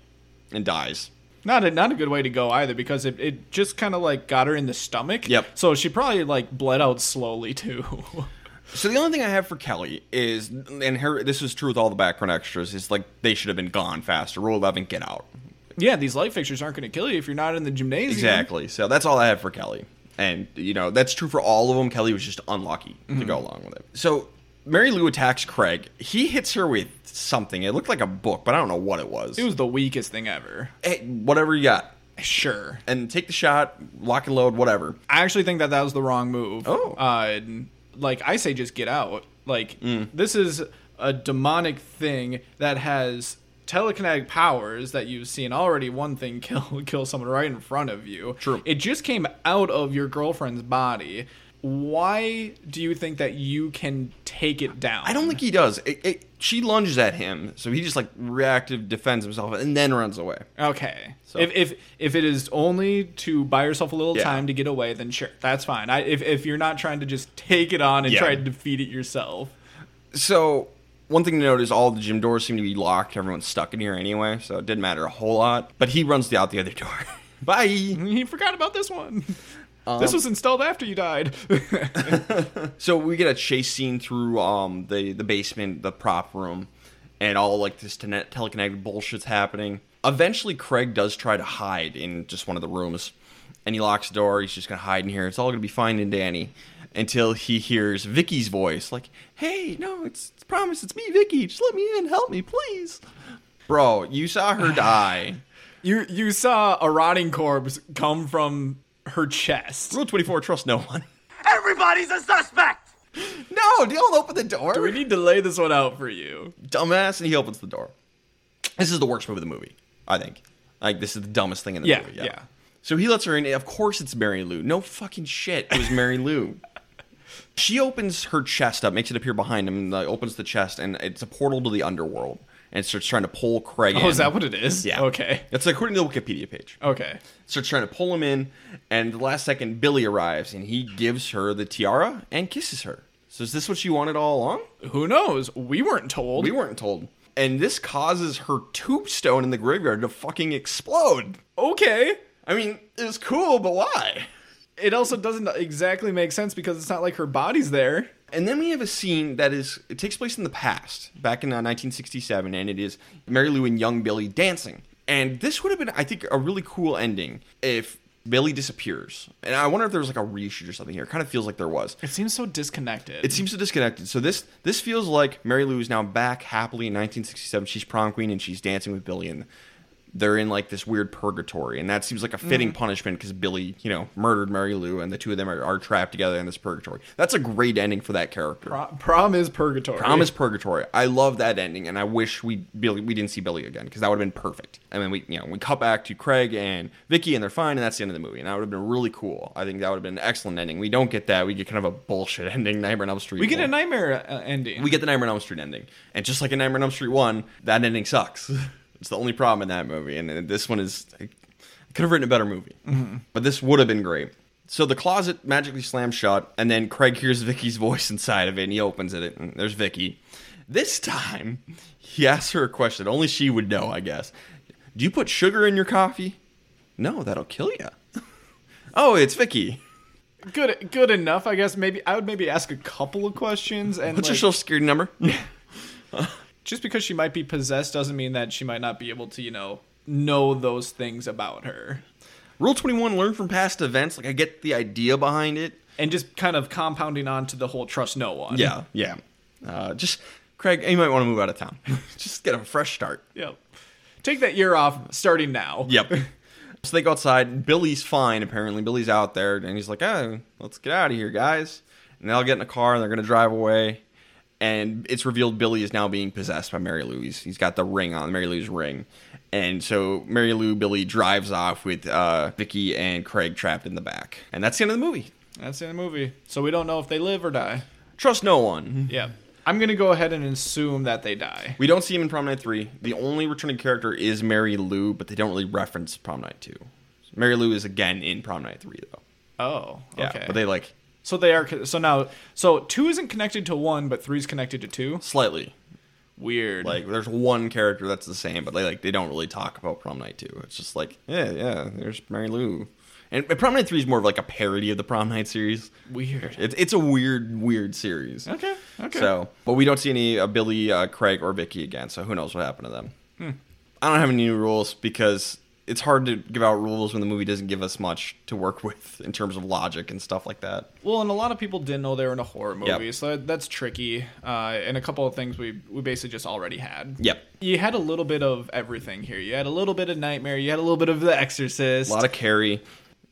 S1: and dies.
S3: not a not a good way to go either because it, it just kind of like got her in the stomach.
S1: Yep.
S3: So she probably like bled out slowly too. (laughs)
S1: So the only thing I have for Kelly is, and her, this is true with all the background extras, is like they should have been gone faster. Rule eleven, get out.
S3: Yeah, these light fixtures aren't going to kill you if you're not in the gymnasium.
S1: Exactly. So that's all I have for Kelly. And, you know, that's true for all of them. Kelly was just unlucky to
S3: Mm-hmm.
S1: go along with it. So Mary Lou attacks Craig. He hits her with something. It looked like a book, but I don't know what it was.
S3: It was the weakest thing ever.
S1: Hey, whatever you got.
S3: Sure.
S1: And take the shot, lock and load, whatever.
S3: I actually think that that was the wrong move.
S1: Oh.
S3: Uh, like, I say just get out. Like,
S1: Mm.
S3: this is a demonic thing that has telekinetic powers that you've seen already one thing (laughs) kill kill someone right in front of you.
S1: True.
S3: It just came out of your girlfriend's body. Why do you think that you can take it down?
S1: I don't think he does. It, it, she lunges at him, so he just like reactive defends himself and then runs away.
S3: Okay. If, if if it is only to buy yourself a little
S1: Yeah.
S3: time to get away, then sure, that's fine. I, if if you're not trying to just take it on and
S1: Yeah.
S3: try to defeat it yourself,
S1: So one thing to note is all the gym doors seem to be locked. Everyone's stuck in here anyway, so it didn't matter a whole lot. But he runs the- out the other door. (laughs) Bye.
S3: (laughs) he forgot about this one.
S1: Um,
S3: this was installed after you died. (laughs)
S1: So we get a chase scene through um the the basement, the prop room, and all like this tele- telekinetic bullshit's happening. Eventually, Craig does try to hide in just one of the rooms, and he locks the door. He's just gonna hide in here. It's all gonna be fine and dandy until he hears Vicky's voice, like, "Hey, no, it's, it's promise, it's me, Vicky. Just let me in, help me, please." Bro, you saw her die.
S3: you you saw a rotting corpse come from her chest.
S1: Rule twenty four: Trust no one. (laughs)
S5: Everybody's a suspect!
S1: No, don't open the door.
S3: We need to lay this one out for you.
S1: dumbass, and he opens the door. This is the worst move of the movie, I think. Like this is the dumbest thing in the
S3: Yeah,
S1: movie.
S3: yeah.
S1: So he lets her in. and Of course, it's Mary Lou. No fucking shit. It was Mary Lou. (laughs) She opens her chest up, makes it appear behind him, and like, opens the chest, and it's a portal to the underworld. And starts trying to pull Craig in.
S3: Oh, is that what it is?
S1: Yeah.
S3: Okay. Oh.
S1: That's according to the Wikipedia page.
S3: Okay.
S1: Starts trying to pull him in, and the last second, Billy arrives, and he gives her the tiara and kisses her. So is this what she wanted all along?
S3: Who knows? We weren't told.
S1: We weren't told. And this causes her tombstone in the graveyard to fucking explode.
S3: okay.
S1: I mean, it was cool, but why?
S3: It also doesn't exactly make sense because it's not like her body's there.
S1: And then we have a scene that is it takes place in the past, back in uh, 1967, and it is Mary Lou and young Billy dancing. And this would have been, I think, a really cool ending if Billy disappears. And I wonder if there was like a reshoot or something here. It kind of feels like there was.
S3: It seems so disconnected.
S1: It seems so disconnected. So this this feels like Mary Lou is now back happily in 1967. She's prom queen and she's dancing with Billy, and they're in like this weird purgatory, and that seems like a
S3: Mm.
S1: fitting punishment because Billy, you know, murdered Mary Lou, and the two of them are, are trapped together in this purgatory. That's a great ending for that character.
S3: Pro- prom is purgatory.
S1: Prom is purgatory. I love that ending, and I wish we Billy we didn't see Billy again because that would have been perfect. I mean, we you know we cut back to Craig and Vicky, and they're fine, and that's the end of the movie, and that would have been really cool. I think that would have been an excellent ending. We don't get that. We get kind of a bullshit (laughs) ending. Nightmare on Elm Street.
S3: We get
S1: one.
S3: a nightmare uh, ending.
S1: We get the Nightmare on Elm Street ending, and just like in Nightmare on Elm Street one, that ending sucks. (laughs) it's the only problem in that movie, and uh, this one is I could have written a better movie, but this would have been great. So the closet magically slams shut, and then Craig hears Vicky's voice inside of it, and he opens it, and there's Vicky. This time, he asks her a question only she would know, I guess. Do you put sugar in your coffee? No, that'll kill you. (laughs) oh, it's Vicky.
S3: good, good enough, I guess. Maybe I would maybe ask a couple of questions, and
S1: What's your
S3: like,
S1: social security number?
S3: just because she might be possessed doesn't mean that she might not be able to, you know, know those things about her.
S1: Rule 21 learn from past events. Like, I get the idea behind it.
S3: And just kind of compounding on to the whole trust no one. (laughs)
S1: Yeah, yeah. Uh, just, Craig, you might want to move out of town. (laughs) just get a fresh start.
S3: Yep. Take that year off starting now.
S1: Yep. (laughs) so they go outside. Billy's fine, apparently. Billy's out there, and he's like, oh, let's get out of here, guys. And they'll get in a car, and they're going to drive away. And it's revealed Billy is now being possessed by Mary Lou. He's, he's got the ring on, Mary Lou's ring. And so Mary Lou, Billy drives off with uh, Vicky and Craig trapped in the back. And that's the end of the movie.
S3: That's the end of the movie. So we don't know if they live or die.
S1: Trust no one.
S3: Yeah. I'm going to go ahead and assume that they die.
S1: We don't see him in Prom Night 3. The only returning character is Mary Lou, but they don't really reference Prom Night 2. Mary Lou is again in Prom Night 3, though.
S3: Oh,
S1: Yeah.
S3: okay.
S1: But they like
S3: so they are co- so now so 2 isn't connected to 1 but 3 is connected to 2.
S1: slightly.
S3: Weird.
S1: Like there's one character that's the same, but they like they don't really talk about Prom Night 2. It's just like, yeah, yeah, there's Mary Lou. And and Prom Night 3 is more of like a parody of the Prom Night series.
S3: Weird.
S1: It's it's a weird, weird series.
S3: Okay, okay.
S1: So, but we don't see any uh, Billy, uh, Craig, or Vicky again. So who knows what happened to them? I don't have any new rules because it's hard to give out rules when the movie doesn't give us much to work (laughs) with in terms of logic and stuff like that.
S3: Well, and a lot of people didn't know they were in a horror movie,
S1: Yep.
S3: so that's tricky. Uh, and a couple of things we we basically just already had.
S1: Yep.
S3: You had a little bit of everything here. You had a little bit of Nightmare. You had a little bit of The Exorcist.
S1: A lot of carry.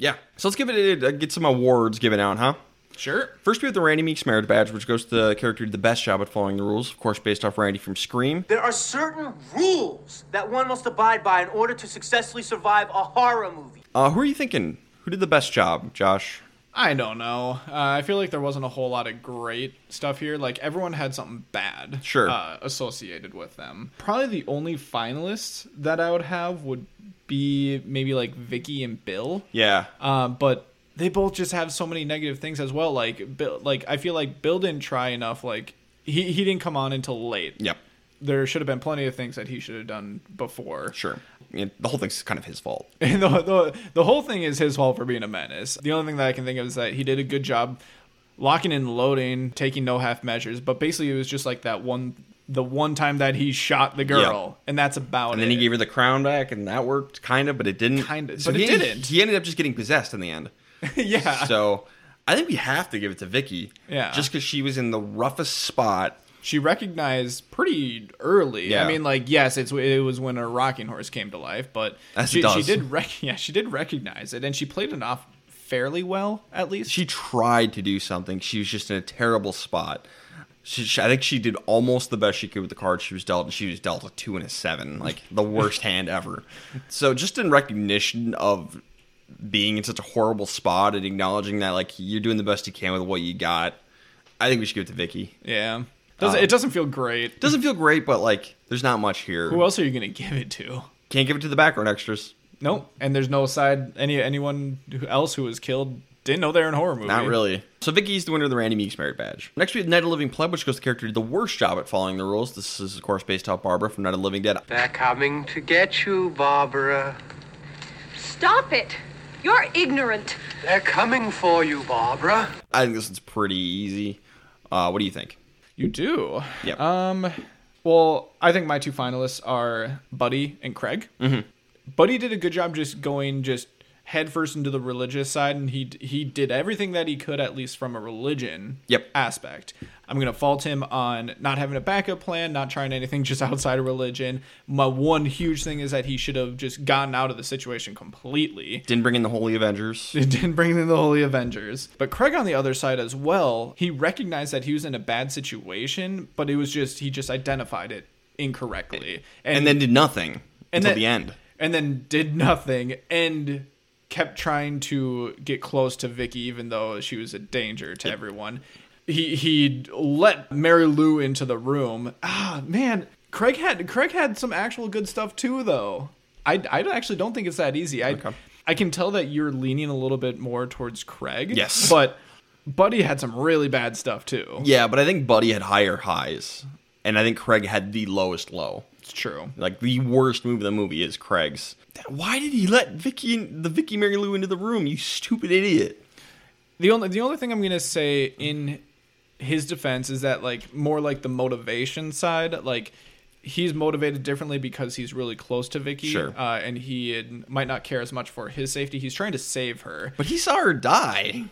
S1: Yeah. So let's give it a, uh, get some awards given out, huh?
S3: sure.
S1: First, we have the Randy Meeks Merit Badge, which goes to the character who did the best job at following the rules, of course, based off Randy from Scream.
S5: There are certain rules that one must abide by in order to successfully survive a horror movie.
S1: Uh, who are you thinking? Who did the best job, Josh?
S3: I don't know. Uh, I feel like there wasn't a whole lot of great stuff here. Like everyone had something bad,
S1: Sure.
S3: uh, associated with them. Probably the only finalists that I would have would be maybe like Vicky and Bill.
S1: Yeah.
S3: Uh, but they both just have so many negative things as well. Like Bill, like I feel like Bill didn't try enough. Like he he didn't come on until late.
S1: Yep.
S3: There should have been plenty of things that he should have done before.
S1: Sure. Yeah, the whole thing's kind of his fault.
S3: (laughs) And the, the, the whole thing is his fault for being a menace. The only thing that I can think of is that he did a good job locking and loading, taking no half measures, but basically it was just like that one the one time that he shot the girl, and that's about
S1: And
S3: it.
S1: then he gave her the crown back, and that worked kind of, but it didn't.
S3: Kind of,
S1: So
S3: but
S1: he,
S3: it didn't.
S1: He ended up just getting possessed in the end.
S3: (laughs) yeah.
S1: So I think we have to give it to Vicky.
S3: Yeah.
S1: Just because she was in the roughest spot.
S3: she recognized pretty early.
S1: Yeah.
S3: I mean, like, yes, it's it was when her rocking horse came to life, but
S1: As
S3: she,
S1: it does.
S3: she did rec- (laughs) yeah, she did recognize it, and she played it off fairly well, at least.
S1: She tried to do something. She was just in a terrible spot. She, she- I think she did almost the best she could with the card she was dealt, and she was dealt a two and a seven, like the worst hand ever. So just in recognition of being in such a horrible spot and acknowledging that like you're doing the best you can with what you got, I think we should give it to Vicky.
S3: yeah, doesn't, it doesn't feel great.
S1: Um, Doesn't feel great, but like there's not much here.
S3: Who else are you gonna give it to?
S1: Can't give it to the background extras.
S3: Nope. And there's no side any anyone who- else who was killed didn't know they're in a horror movie.
S1: Not really. So Vicky's the winner of the Randy Meeks Merit Badge. Next we have Night of the Living Pleb, which goes to the character who did the worst job at following the rules. This is of course based off Barbara from Night of the Living Dead.
S6: They're coming to get you, Barbara.
S7: Stop it. You're ignorant.
S6: They're coming for you, Barbara.
S1: I think this one's pretty easy. Uh, what do you think?
S3: You do.
S1: Yep.
S3: Um. Well, I think my two finalists are Buddy and Craig. Mm-hmm. Buddy did a good job just going just headfirst into the religious side, and he he did everything that he could, at least from a religion
S1: Yep.
S3: aspect. I'm gonna fault him on not having a backup plan, not trying anything just outside of religion. My one huge thing is that he should have just gotten out of the situation completely.
S1: Didn't bring in the Holy Avengers.
S3: (laughs) It didn't bring in the Holy Avengers. But Craig on the other side as well, he recognized that he was in a bad situation, but it was just he just identified it incorrectly.
S1: And then did nothing
S3: and
S1: until
S3: then-
S1: the end.
S3: And then did nothing and kept trying to get close to Vicky even though she was a danger to everyone. He he let Mary Lou into the room. Ah, man, Craig had Craig had some actual good stuff too though. I, I actually don't think it's that easy. I I can tell that you're leaning a little bit more towards Craig.
S1: Yes.
S3: But Buddy had some really bad stuff too.
S1: Yeah, but I think Buddy had higher highs, and I think Craig had the lowest low.
S3: It's true.
S1: Like the worst move of the movie is Craig's. Why did he let Vicky in, the Vicky Mary Lou into the room? You stupid idiot.
S3: The only the only thing I'm gonna say in his defense is that like more like the motivation side, like he's motivated differently because he's really close to Vicky,
S1: Sure.
S3: uh, and he had- might not care as much for his safety. He's trying to save her.
S1: But he saw her die.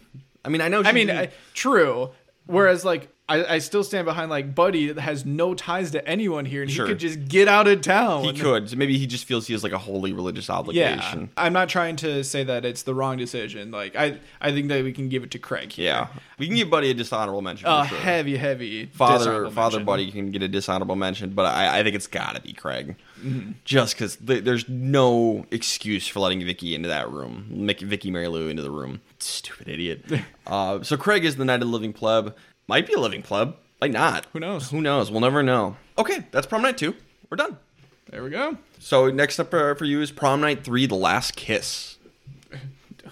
S1: I mean, I know. She
S3: I mean,
S1: didn't-
S3: I, true. Whereas like. I, I still stand behind like Buddy has no ties to anyone here, and
S1: Sure.
S3: he could just get out of town.
S1: he could. So Maybe he just feels he has like a holy religious obligation.
S3: Yeah, I'm not trying to say that it's the wrong decision. Like I, I think that we can give it to Craig. Here.
S1: Yeah. we can give Buddy a dishonorable mention. For
S3: a
S1: sure.
S3: heavy, heavy
S1: Father,
S3: dishonorable
S1: father,
S3: mention.
S1: buddy can get a dishonorable mention, but I, I think it's got to be Craig,
S3: Mm-hmm.
S1: just because th- there's no excuse for letting Vicky into that room, Mick, Vicky Mary Lou into the room. Stupid
S3: (laughs)
S1: idiot. uh, so Craig is the knight of the living pleb. Might be a living pleb, might not. Who
S3: knows?
S1: Who knows? We'll never know. Okay, that's prom night two. We're done.
S3: There we go. (laughs)
S1: So next up uh, for you is prom night three, the last kiss.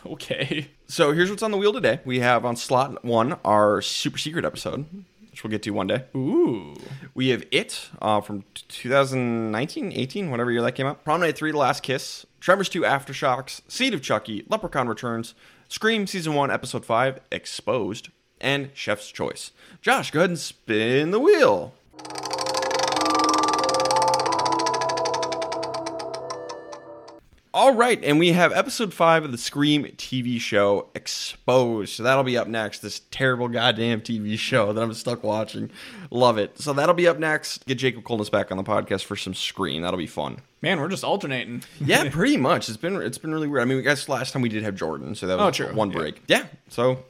S3: Okay.
S1: So here's what's on the wheel today. We have on slot one our super secret episode, which we'll get to one day.
S3: Ooh.
S1: We have It uh, from t- 2019, 18, whatever year that came out. Prom Night 3, The Last Kiss. Tremors 2, Aftershocks. Seed of Chucky. Leprechaun Returns. Scream Season 1, Episode 5, Exposed. And Chef's Choice. Josh, go ahead and spin the wheel. All right, and we have episode five of the Scream TV show exposed. So that'll be up next. This terrible goddamn TV show that I'm stuck watching. Love it. So that'll be up next. Get Jacob Coldness back on the podcast for some Scream. That'll be fun.
S3: Man, we're just alternating. (laughs)
S1: Yeah, pretty much. It's been it's been really weird. I mean, I guess last time we did have Jordan, so that was
S3: Oh, true.
S1: one
S3: Yeah.
S1: break. Yeah. So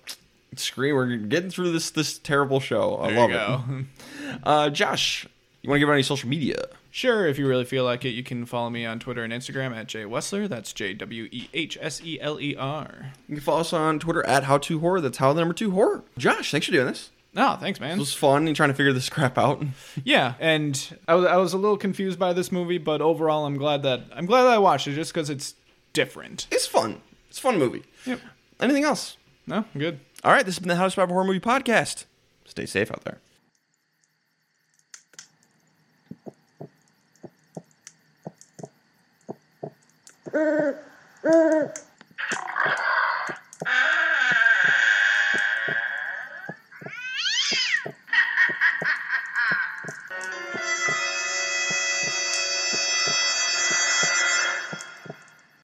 S1: Scream. We're getting through this this terrible show. I love
S3: you
S1: it. (laughs) Uh, Josh, you want to give out any social media?
S3: Sure, if you really feel like it, you can follow me on Twitter and Instagram at Jay Wessler. That's J W E H S E L E R.
S1: You can follow us on Twitter at How To Horror. That's How the Number Two Horror. Josh, thanks for doing this.
S3: No, Ah, thanks, man.
S1: It was fun and trying to figure this (laughs) crap out.
S3: Yeah, and I was, I was a little confused by this movie, but overall, I'm glad that I'm glad that I watched it just because it's different.
S1: It's fun. It's a fun movie.
S3: Yep.
S1: Anything else?
S3: No, I'm good.
S1: All right, this has been the How to Survive a Horror Movie podcast. Stay safe out there.